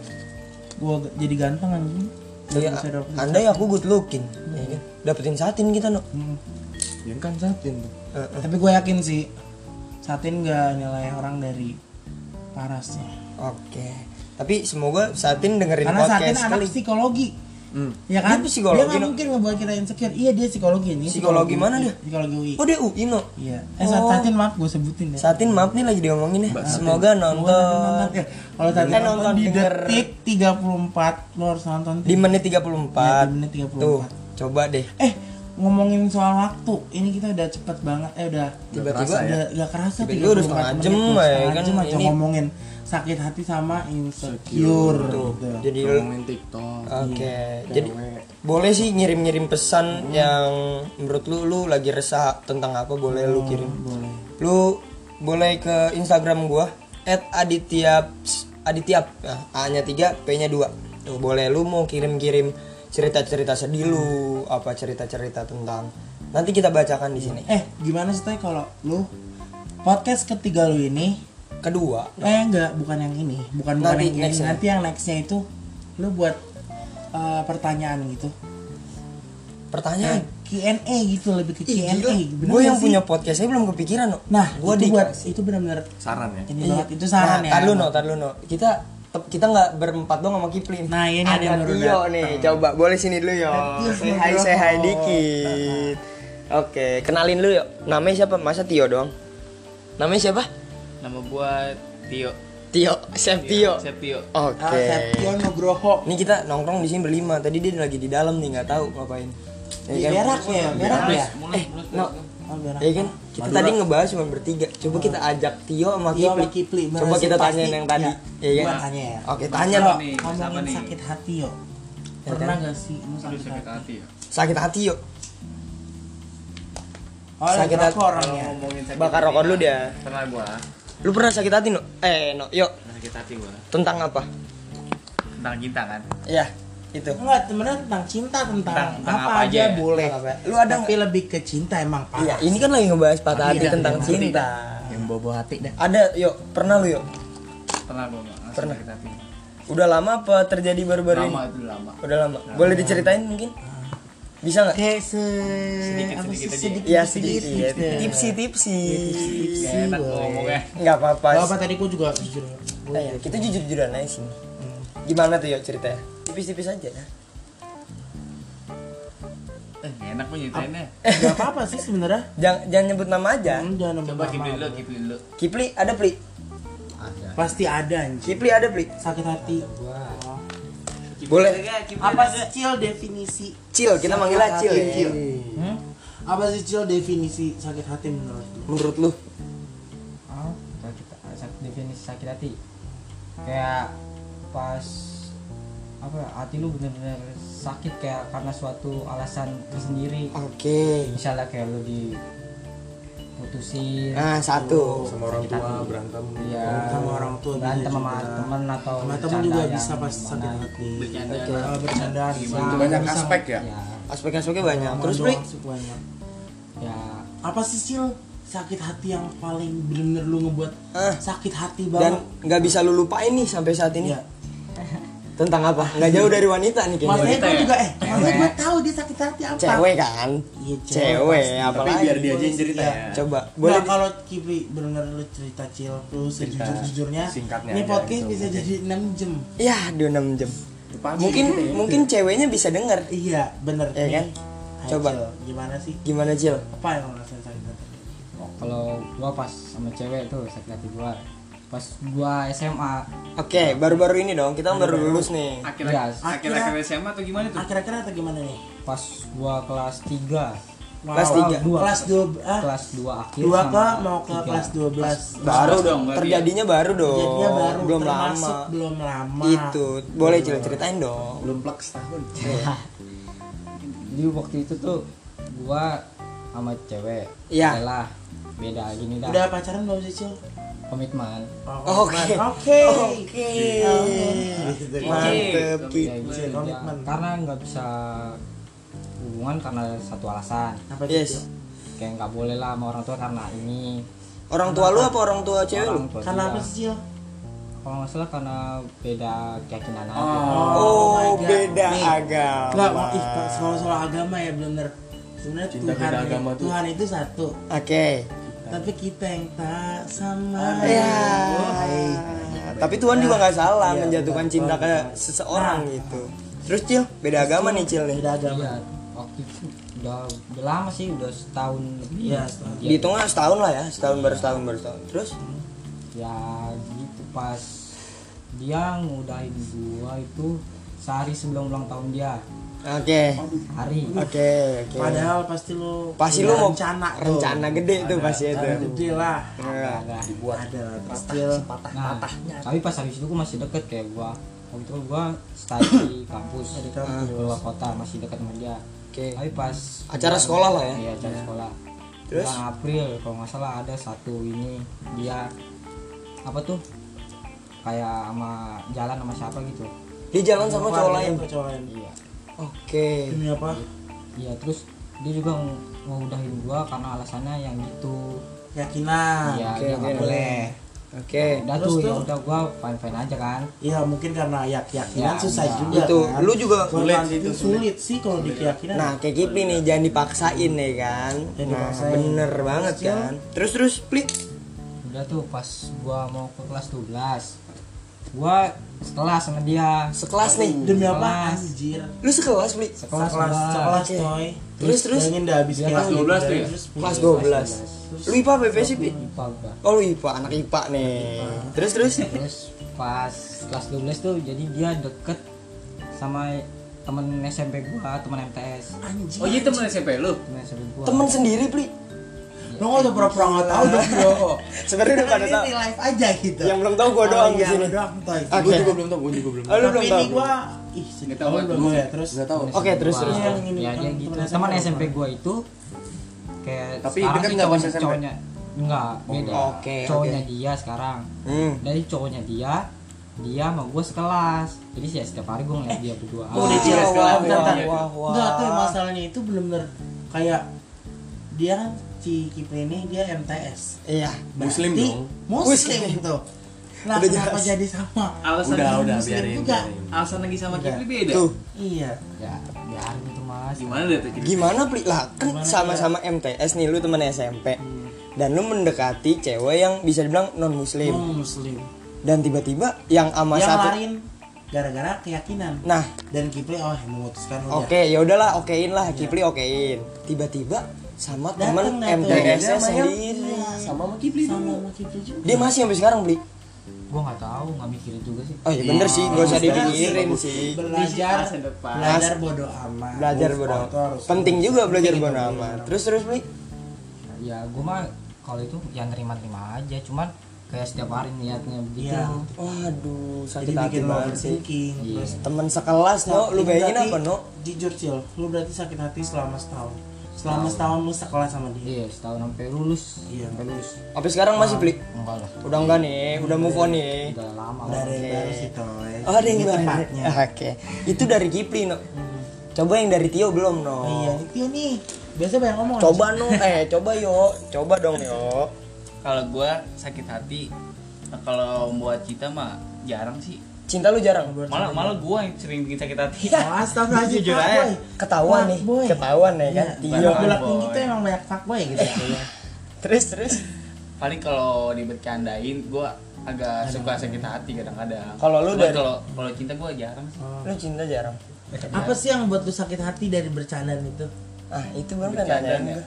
Speaker 2: Gue jadi ganteng anjing. Dan
Speaker 1: Ya,
Speaker 2: bisa dapetin
Speaker 1: anda ya aku good looking ya kan? dapetin satin kita no
Speaker 2: Hmm.
Speaker 3: ya kan satin tuh
Speaker 1: Eh, eh.
Speaker 2: Tapi gue yakin sih Satin gak nilai orang dari parasnya.
Speaker 1: oke tapi semoga satin dengerin
Speaker 2: Karena Satin
Speaker 1: podcast
Speaker 2: anak
Speaker 1: kali
Speaker 2: psikologi.
Speaker 3: hmm.
Speaker 2: Ya kan?
Speaker 1: Dia psikologi,
Speaker 2: nggak
Speaker 1: no?
Speaker 2: mungkin ngebuat kita insecure. Iya dia psikologi ini.
Speaker 1: Psikologi mana
Speaker 2: UI.
Speaker 1: dia?
Speaker 2: Psikologi UI.
Speaker 1: oh dia UI no
Speaker 2: Iya. Eh Sat-
Speaker 1: Oh.
Speaker 2: Satin maaf gue sebutin ya.
Speaker 1: satin maaf nih lagi diomongin ya semoga nonton
Speaker 2: Eh, Kalau Satin
Speaker 1: Eh,
Speaker 2: nonton
Speaker 1: nonton
Speaker 2: di
Speaker 1: denger.
Speaker 2: detik 34 lu harus nonton.
Speaker 1: di menit 34
Speaker 2: Ya, di menit 34.
Speaker 1: tuh coba deh
Speaker 2: Eh ngomongin soal waktu ini kita udah cepet banget eh udah
Speaker 1: Tiba-tiba
Speaker 3: kerasa ya.
Speaker 2: udah udah kerasa
Speaker 1: Tiba-tiba udah
Speaker 2: 34
Speaker 1: setengah
Speaker 2: menit,
Speaker 1: jam,
Speaker 2: udah
Speaker 1: eh,
Speaker 2: setengah
Speaker 1: kan
Speaker 2: jam aja
Speaker 1: ini-
Speaker 2: ngomongin sakit hati sama insecure
Speaker 3: Secure.
Speaker 2: gitu.
Speaker 1: Jadi oke,
Speaker 3: ngomongin TikTok.
Speaker 1: jadi boleh sih ngirim-ngirim pesan
Speaker 2: Hmm.
Speaker 1: yang menurut lu lu lagi resah tentang apa boleh lu kirim.
Speaker 2: Oh, boleh
Speaker 1: Lu boleh ke Instagram gua @aditya aditya nah, A-nya 3, P-nya 2. Tuh boleh lu mau kirim-kirim cerita-cerita sedih lu, apa cerita-cerita tentang nanti kita bacakan di sini.
Speaker 2: eh gimana sih Tay, kalau lu podcast ketiga lu ini
Speaker 1: Kedua,
Speaker 2: eh enggak bukan yang ini bukan bukan
Speaker 1: Nanti
Speaker 2: yang ini
Speaker 1: nextnya.
Speaker 2: nanti yang nextnya itu lu buat eh, pertanyaan gitu
Speaker 1: pertanyaan.
Speaker 2: Q&A gitu lebih ke
Speaker 1: Ih,
Speaker 2: Q&A
Speaker 1: gila.
Speaker 2: bener
Speaker 1: Gue
Speaker 2: gak
Speaker 1: yang
Speaker 2: sih?
Speaker 1: punya podcastnya belum kepikiran, no.
Speaker 2: nah
Speaker 1: gue
Speaker 2: itu
Speaker 1: di
Speaker 2: buat itu benar-benar
Speaker 3: saran ya.
Speaker 2: ini banget itu
Speaker 1: nah,
Speaker 2: saran ya
Speaker 1: Tar lu, no, tar lu, no. Kita tep- kita nggak berempat dong sama Kipling.
Speaker 2: Nah, ini ada yang baru Iya,
Speaker 1: Tio nih. Coba boleh sini dulu yo.
Speaker 2: Tio
Speaker 1: Say
Speaker 2: sama
Speaker 1: hi,
Speaker 2: Tio.
Speaker 1: say hi
Speaker 2: Nah,
Speaker 1: dikit. Oke, kenalin lu yo. Namanya siapa? Masa Tio doang? Namanya siapa?
Speaker 4: Nama gua Tio.
Speaker 1: Tio, Chef Tio.
Speaker 4: Saya Tio.
Speaker 2: Iya, Ah,
Speaker 1: Oke.
Speaker 2: Seption Nugroho
Speaker 1: Ini kita nongkrong di sini berlima. Tadi dia lagi di dalam nih, nggak tahu ngapain. Iya, kan?
Speaker 2: Di Berak ya, Berak ya.
Speaker 1: Eh, no,
Speaker 2: Oh, Berak.
Speaker 1: Ya kan kita tadi ngebahas cuma bertiga. Coba kita ajak Tio sama
Speaker 2: Tio
Speaker 1: Kipli.
Speaker 2: sama Kipli, bener
Speaker 1: Coba
Speaker 2: sih,
Speaker 1: kita
Speaker 2: pasti.
Speaker 1: tanyain yang tadi.
Speaker 2: Iya.
Speaker 1: Ya,
Speaker 2: Gua
Speaker 1: kan?
Speaker 2: tanya ya.
Speaker 1: Oke, tanya
Speaker 2: Kalau
Speaker 1: dong.
Speaker 4: nih, sama
Speaker 2: ngomongin
Speaker 4: nih.
Speaker 2: sakit hati yo.
Speaker 1: Ya
Speaker 2: Pernah
Speaker 1: kan?
Speaker 2: gak sih lu sakit hati?
Speaker 4: hati ya.
Speaker 1: Sakit hati yuk.
Speaker 2: Oh,
Speaker 1: Sakit
Speaker 2: sakit
Speaker 1: hati.
Speaker 2: hati orangnya.
Speaker 4: Ngomongin sakit
Speaker 1: Bakar
Speaker 4: hati,
Speaker 1: rokok dulu
Speaker 4: nah.
Speaker 1: dia.
Speaker 4: Pernah gua,
Speaker 1: Lu pernah sakit hati no? Eh, no, yuk.
Speaker 4: pernah sakit hati gua.
Speaker 1: Tentang apa?
Speaker 4: Tentang cinta kan.
Speaker 1: Ya, itu.
Speaker 2: Enggak, sebenarnya tentang cinta tentang,
Speaker 4: Tentang- tentang
Speaker 2: apa,
Speaker 4: apa
Speaker 2: aja
Speaker 4: aja ya?
Speaker 2: boleh.
Speaker 1: Tentang apa? Lu ada
Speaker 2: tapi lebih ke cinta emang Pak.
Speaker 1: Iya, ini kan lagi ngebahas patah hati
Speaker 2: Tidak,
Speaker 1: tentang
Speaker 2: tidak,
Speaker 1: cinta.
Speaker 4: Yang bobo hati dah.
Speaker 1: Ada, yuk. Pernah lu, yuk.
Speaker 4: Pernah gua nggak ngerasa
Speaker 1: Pernah.
Speaker 4: sakit hati.
Speaker 1: Udah lama apa terjadi baru-baru ini?
Speaker 4: Lama itu lama.
Speaker 1: Udah lama. Boleh diceritain mungkin? Bisa nggak?
Speaker 2: Kayak se
Speaker 4: Sedikit-
Speaker 2: apa sih,
Speaker 4: sedikit aja.
Speaker 2: sedikit
Speaker 1: Ya, sedikit.
Speaker 2: sedikit.
Speaker 1: Tipsi-tipsi.
Speaker 2: Tipsi-tipsi.
Speaker 4: Gak enak
Speaker 1: Iya.
Speaker 2: boleh.
Speaker 4: ngomongnya.
Speaker 1: Nggak apa-apa.
Speaker 2: Gak apa tadi gua juga jujur.
Speaker 1: Nah, ya, kita jujur-jujuran aja sih. Gimana tuh yuk ceritanya? Hmm. Tipis-tipis aja.
Speaker 4: Eh, nggak enak gua nyeritainnya.
Speaker 2: Gak apa-apa sih sebenarnya.
Speaker 1: Jangan, jangan nyebut nama aja.
Speaker 2: Hmm, Jangan nambah
Speaker 4: Coba kipin
Speaker 2: nama.
Speaker 4: dulu, kipin dulu.
Speaker 1: Kipli ada pli.
Speaker 2: Pasti ada anjir.
Speaker 1: Kipli ada pli.
Speaker 2: Sakit hati.
Speaker 1: Boleh.
Speaker 2: Apa sih cil definisi
Speaker 1: Cil, kita manggilnya
Speaker 2: sakit
Speaker 1: Cil.
Speaker 2: hati? Hmm? Apa sih cil definisi sakit hati menurut lu?
Speaker 1: Menurut lu?
Speaker 5: Ah, kalau kita sak- definisi sakit hati kayak pas apa ya, hati lu bener-bener sakit kayak karena suatu alasan tersendiri
Speaker 1: Oke.
Speaker 5: misalnya kayak lu diputusin
Speaker 1: Nah, satu.
Speaker 3: Sama orang
Speaker 5: sakit
Speaker 3: tua
Speaker 5: hati.
Speaker 3: berantem.
Speaker 5: ya
Speaker 2: Sama orang tua bisa
Speaker 5: berantem sama
Speaker 2: juga.
Speaker 5: teman atau
Speaker 2: Sama temen
Speaker 5: bercanda
Speaker 2: juga
Speaker 5: yang
Speaker 2: bisa pas
Speaker 5: gimana.
Speaker 2: sakit hati.
Speaker 4: Bercanda.
Speaker 2: Kalau bercandaan
Speaker 5: Gimana?
Speaker 3: Banyak aspek ya.
Speaker 5: ya
Speaker 1: Aspek-aspeknya banyak. Terus pli.
Speaker 2: banyak.
Speaker 5: ya
Speaker 2: Apa sih cil sakit hati yang paling bener-bener lu ngebuat
Speaker 1: Ah.
Speaker 2: sakit hati banget?
Speaker 1: Dan nggak bisa lu lupain nih sampai saat ini.
Speaker 2: Iya.
Speaker 1: Tentang apa? Nggak jauh dari wanita nih
Speaker 2: Masalahnya
Speaker 1: kayaknya.
Speaker 2: gue
Speaker 3: ya?
Speaker 2: juga eh, masalahnya gue tahu dia sakit hati apa.
Speaker 1: Cewek kan?
Speaker 2: Iya,
Speaker 1: Cewek,
Speaker 2: pasti.
Speaker 1: apalagi.
Speaker 3: Tapi biar dia aja yang cerita
Speaker 2: Iya.
Speaker 3: ya.
Speaker 1: Coba.
Speaker 2: Boleh
Speaker 1: Boleh.
Speaker 2: nah, kalau Kipli benar lu cerita cil lu
Speaker 3: Cerita
Speaker 2: sejujur-jujurnya
Speaker 3: singkatnya
Speaker 2: ini
Speaker 3: aja
Speaker 2: podcast
Speaker 3: gitu.
Speaker 2: bisa jadi 6 jam.
Speaker 1: Ya, aduh 6 jam.
Speaker 3: Pagi gitu ya.
Speaker 1: Mungkin mungkin ceweknya bisa denger.
Speaker 2: Iya, bener.
Speaker 1: Iya
Speaker 2: Nih,
Speaker 1: kan?
Speaker 2: Hai,
Speaker 1: Coba.
Speaker 2: Cil, gimana sih?
Speaker 1: Gimana, Cil?
Speaker 2: Apa yang lo rasain sakit hati?
Speaker 5: oh, kalau gua pas sama cewek tuh sakit hati gua pas gua SMA
Speaker 1: Oke, baru-baru ini dong. Kita baru lulus nih.
Speaker 4: Akhir-akhir
Speaker 5: Iya.
Speaker 4: akhir-akhir SMA atau gimana tuh?
Speaker 2: Akhir-akhir atau gimana nih?
Speaker 5: pas gua kelas 3
Speaker 1: Kelas
Speaker 2: Wow.
Speaker 1: tiga.
Speaker 5: Dua.
Speaker 2: Kelas 2 ah,
Speaker 5: kelas 2 akhir
Speaker 2: dua
Speaker 5: sama
Speaker 2: ke mau ke
Speaker 5: tiga.
Speaker 2: kelas 12.
Speaker 1: Baru
Speaker 4: Pas
Speaker 1: dong.
Speaker 4: dong, berarti ya.
Speaker 1: Terjadinya baru dong.
Speaker 2: Jadinya baru
Speaker 1: belum
Speaker 2: termasuk
Speaker 1: lama.
Speaker 2: belum lama.
Speaker 1: Itu. Boleh Cil ceritain dong.
Speaker 3: Belum plek setahun.
Speaker 5: jadi waktu itu tuh gua sama cewek
Speaker 1: Iya.
Speaker 5: ya lah beda gini dah
Speaker 2: Udah pacaran belum sih, Cil?
Speaker 5: komitmen
Speaker 2: Oh,
Speaker 1: Oke.
Speaker 2: komitmen. Oke.
Speaker 1: Oke.
Speaker 2: Gitu,
Speaker 1: Mantep
Speaker 5: Ya,
Speaker 1: Ki.
Speaker 2: Cil,
Speaker 5: ya,
Speaker 2: komitmen.
Speaker 5: karena nggak bisa hubungan karena satu alasan
Speaker 2: Apa sih, Cil?
Speaker 1: Yes.
Speaker 5: kayak nggak boleh lah sama orang tua karena ini
Speaker 1: Orang tua lu apa orang tua cewek lu?
Speaker 5: orang tua
Speaker 2: Karena
Speaker 5: dia.
Speaker 2: apa sih, Cil?
Speaker 5: kalau nggak salah karena beda keyakinan aja
Speaker 1: Oh,
Speaker 2: my God.
Speaker 1: beda
Speaker 2: Nih. Enggak,
Speaker 1: agama.
Speaker 2: wah, ih, Pak, soal-soal agama ya bener. Sebenarnya
Speaker 3: Cinta
Speaker 2: Tuhan, ya,
Speaker 3: beda agama tuh.
Speaker 2: Tuhan itu satu,
Speaker 1: Oke.
Speaker 2: tapi kita yang tak sama.
Speaker 1: Ya.
Speaker 2: Baik.
Speaker 1: Tapi Tuhan juga nggak salah menjatuhkan cinta ke seseorang gitu. Terus Cil, beda agama nih Cil nih.
Speaker 2: Beda agama.
Speaker 5: Iya, waktu itu udah, udah lama sih udah setahun lebih
Speaker 2: Iya, setahun.
Speaker 5: Iya.
Speaker 1: Dihitungnya setahun lah ya, setahun baru setahun baru setahun. Terus
Speaker 5: ya gitu pas dia ngudahin gua itu sehari sebelum ulang tahun dia
Speaker 1: Oke.
Speaker 5: hari
Speaker 1: Oke, oke.
Speaker 2: Padahal pasti lu
Speaker 1: Iya. Pasti
Speaker 2: punya
Speaker 1: lu mau
Speaker 2: rencana tuh.
Speaker 1: rencana gitu ya. gede tuh pasti itu.
Speaker 2: Rencana gede lah.
Speaker 1: Nah,
Speaker 5: Nah,
Speaker 2: Buat ada lah kecil.
Speaker 5: nah tapi pas habis itu gue masih deket kayak gua waktu itu gua stay di kampus Nah,
Speaker 2: Di kampus.
Speaker 5: keluar kota masih dekat sama dia
Speaker 1: Oke.
Speaker 5: tapi pas
Speaker 1: Acara sekolah lah ya?
Speaker 5: iya acara sekolah
Speaker 1: Terus?
Speaker 5: bulan April kalau nggak salah ada satu ini dia apa tuh kayak sama jalan sama siapa gitu
Speaker 1: Dia jalan sama cowok lain.
Speaker 2: Sama cowok lain.
Speaker 5: iya
Speaker 1: Oke.
Speaker 2: Demi apa?
Speaker 5: iya terus dia juga ng- ngeudahin gua karena alasannya yang gitu
Speaker 2: Yakinan.
Speaker 5: iya
Speaker 1: oke,
Speaker 5: dia nggak
Speaker 1: oke.
Speaker 5: boleh
Speaker 1: Oke.
Speaker 5: udah
Speaker 2: Terus
Speaker 5: tuh
Speaker 2: tuh?
Speaker 5: ya udah gua fine fine aja kan
Speaker 2: Iya mungkin karena yak yakinan
Speaker 5: Ya,
Speaker 2: susah
Speaker 5: iya.
Speaker 2: juga
Speaker 1: Itu
Speaker 2: kan.
Speaker 1: lu juga
Speaker 2: sulit
Speaker 4: sih itu,
Speaker 2: itu sulit sih kalau di keyakinan.
Speaker 1: Nah, kayak Kipli nih jangan dipaksain ya kan.
Speaker 2: Jangan
Speaker 1: Nah,
Speaker 2: dipaksain.
Speaker 1: bener banget kan. Terus terus Pli.
Speaker 5: udah tuh pas gua mau ke kelas 12 gua sekelas sama dia
Speaker 1: Sekelas nih.
Speaker 2: demi apa
Speaker 5: Kelas.
Speaker 2: anjir?
Speaker 1: Lu sekelas, Pli.
Speaker 5: sekelas
Speaker 2: Sekelas
Speaker 5: gua.
Speaker 2: sekelas
Speaker 1: Oke.
Speaker 2: coy.
Speaker 1: Terus, terus?
Speaker 2: Pengen udah habis kelas
Speaker 4: 12 tuh ya?
Speaker 1: Kelas 12. Lu IPA apa IPS sih, Pli?
Speaker 5: IPA gua.
Speaker 1: Oh, lu IPA, anak IPA nih. Terus terus.
Speaker 5: terus pas kelas 12 tuh jadi dia deket sama temen SMP gua temen MTS
Speaker 4: Oh iya temen SMP lu?
Speaker 5: temen SMP gua
Speaker 1: Temen sendiri, Pli.
Speaker 2: Lu nggak udah pura-pura nggak tahu dong bro.
Speaker 1: Sebenarnya udah pada
Speaker 2: Ini
Speaker 1: tahu.
Speaker 2: di live aja gitu.
Speaker 1: Yang Ah, belum tahu gua doang di
Speaker 2: Iya,
Speaker 1: sini. Ah,
Speaker 2: lu doang coy.
Speaker 1: Oke.
Speaker 3: Gue juga belum tau, gue juga belum
Speaker 1: Oh,
Speaker 3: tau.
Speaker 1: lu
Speaker 2: Tapi
Speaker 1: belum
Speaker 2: ini
Speaker 1: tahu.
Speaker 2: gua ih sedikit
Speaker 4: tahu,
Speaker 2: tahu dulu ya terus.
Speaker 3: Nggak tahu.
Speaker 5: Temen
Speaker 1: Oke,
Speaker 5: SMP
Speaker 1: terus,
Speaker 5: gua.
Speaker 1: terus.
Speaker 2: Yang ini,
Speaker 5: ya dia
Speaker 2: temen-
Speaker 5: gitu
Speaker 2: temen
Speaker 5: teman
Speaker 2: SMP.
Speaker 5: SMP gua itu kayak
Speaker 3: Tapi
Speaker 5: sekarang
Speaker 3: deket
Speaker 5: sih
Speaker 3: nggak pas
Speaker 5: cowoknya-
Speaker 3: SMP?
Speaker 5: cowoknya enggak beda
Speaker 1: enggak. Oke,
Speaker 5: cowoknya
Speaker 1: oke.
Speaker 5: dia sekarang
Speaker 1: Hmm.
Speaker 5: dari cowoknya dia dia sama gue sekelas jadi sih setiap hari gue
Speaker 4: Eh,
Speaker 5: ngeliat dia berdua
Speaker 2: Oh, udah
Speaker 1: Wah,
Speaker 2: jelas
Speaker 1: wah,
Speaker 2: kalau
Speaker 1: wah,
Speaker 2: bentar, bentar.
Speaker 1: wah, wah.
Speaker 2: Enggak tuh masalahnya itu bener-bener kayak dia kan si Kipli ini dia MTS.
Speaker 1: Iya.
Speaker 3: Muslim
Speaker 2: Berarti
Speaker 3: dong.
Speaker 2: Muslim itu. Nah,
Speaker 1: Udah
Speaker 2: kenapa
Speaker 1: jelas.
Speaker 2: jadi sama?
Speaker 4: Alasan
Speaker 3: Udah,
Speaker 4: lagi-
Speaker 3: udah,
Speaker 2: muslim
Speaker 3: biarin,
Speaker 2: juga.
Speaker 3: biarin.
Speaker 4: Alasan lagi sama
Speaker 2: Udah.
Speaker 4: Kipli beda?
Speaker 1: Tuh,
Speaker 2: Iya.
Speaker 5: ya biar gitu mas
Speaker 4: Gimana deh tuh Kipli?
Speaker 1: gimana Pli? Lah, kan
Speaker 2: Gimana, Hmm.
Speaker 1: sama-sama MTS nih lu temen SMP. Dan lu mendekati cewek yang bisa dibilang non muslim
Speaker 2: Oh, Muslim.
Speaker 1: dan tiba-tiba yang ama
Speaker 2: Dia
Speaker 1: satu
Speaker 2: ngelarin gara-gara keyakinan.
Speaker 1: Nah,
Speaker 2: Dan Kipli oh memutuskan udah.
Speaker 1: oke, ya udahlah, okein lah, Kipli okein. Tiba-tiba sama
Speaker 2: Iya.
Speaker 1: temen
Speaker 2: Dateng dah tuh.
Speaker 1: MTS -nya
Speaker 2: Sama yang-
Speaker 1: sendiri.
Speaker 2: Iya,
Speaker 3: Sama sama Kipli
Speaker 2: sama
Speaker 3: dulu.
Speaker 2: sama Kipli juga.
Speaker 1: Dia masih sampai sekarang beli.
Speaker 5: gue nggak tahu nggak mikirin juga sih
Speaker 1: Oh iya bener sih, gak usah
Speaker 2: Maksudnya
Speaker 1: dipikirin sih.
Speaker 2: Belajar
Speaker 4: Masa depan.
Speaker 2: belajar bodoh amat.
Speaker 1: Belajar
Speaker 2: Move
Speaker 1: bodo
Speaker 2: on
Speaker 1: amat.
Speaker 2: tuh harus-
Speaker 1: Penting juga belajar
Speaker 2: Penting
Speaker 1: bodo
Speaker 2: itu.
Speaker 1: amat. Terus terus beli.
Speaker 5: ya gue mah kalau itu ya nerima-nerima aja cuman kayak setiap hari niatnya begitu
Speaker 2: Iya.
Speaker 1: Waduh,
Speaker 2: Jadi
Speaker 1: sakit hati
Speaker 2: bikin
Speaker 1: banget sih.
Speaker 2: overthinking.
Speaker 5: Iya.
Speaker 2: Terus
Speaker 1: Temen sekelas, no, lu
Speaker 2: Itu
Speaker 1: bayangin
Speaker 2: berarti
Speaker 1: apa, no?
Speaker 2: Jujur Cil, lu berarti sakit hati selama setahun. Selama setahun lu sekolah sama dia.
Speaker 5: iya setahun sampai lulus
Speaker 2: Iya.
Speaker 5: sampai lulus
Speaker 1: Tapi sekarang masih beli.
Speaker 5: enggak lah
Speaker 1: Udah enggak nih, udah move on nih.
Speaker 5: udah lama
Speaker 2: Nggak ada
Speaker 5: lah.
Speaker 2: yang
Speaker 1: Oke.
Speaker 2: baru sih Toy.
Speaker 1: Oh, ada yang Hmm.
Speaker 2: Ini
Speaker 1: baru.
Speaker 2: tempatnya.
Speaker 1: Oke. Itu dari Kipli, no. Coba yang dari Tio belum, no.
Speaker 2: Oh, Iya, itu nih. Biasa banyak ngomong.
Speaker 1: Coba no, eh coba yo, coba dong yo.
Speaker 4: Kalau gua sakit hati, nah, kalau buat cita mah jarang sih.
Speaker 1: Cinta lu jarang.
Speaker 4: Malah malah gua yang sering bikin sakit hati.
Speaker 2: Oh, astaga,
Speaker 4: Jujur aja.
Speaker 1: Ketahuan nih,
Speaker 2: Fuckboy.
Speaker 1: ketahuan ya kan.
Speaker 2: Iya,
Speaker 1: Tio.
Speaker 2: anak bola
Speaker 4: Fuckboy.
Speaker 2: tinggi tuh emang banyak fuckboy gitu ya.
Speaker 1: Terus terus.
Speaker 4: Paling kalau dibercandain gua agak suka sakit hati kadang-kadang.
Speaker 1: Kalau lu
Speaker 4: Cuman
Speaker 1: dari-
Speaker 4: kalau kalau cinta gua jarang sih.
Speaker 1: Lu cinta jarang.
Speaker 2: Apa sih yang buat lu sakit hati dari bercandaan itu?
Speaker 1: Ah, itu baru kan
Speaker 4: Bercandaan
Speaker 1: tanyain
Speaker 4: ya.
Speaker 1: gua.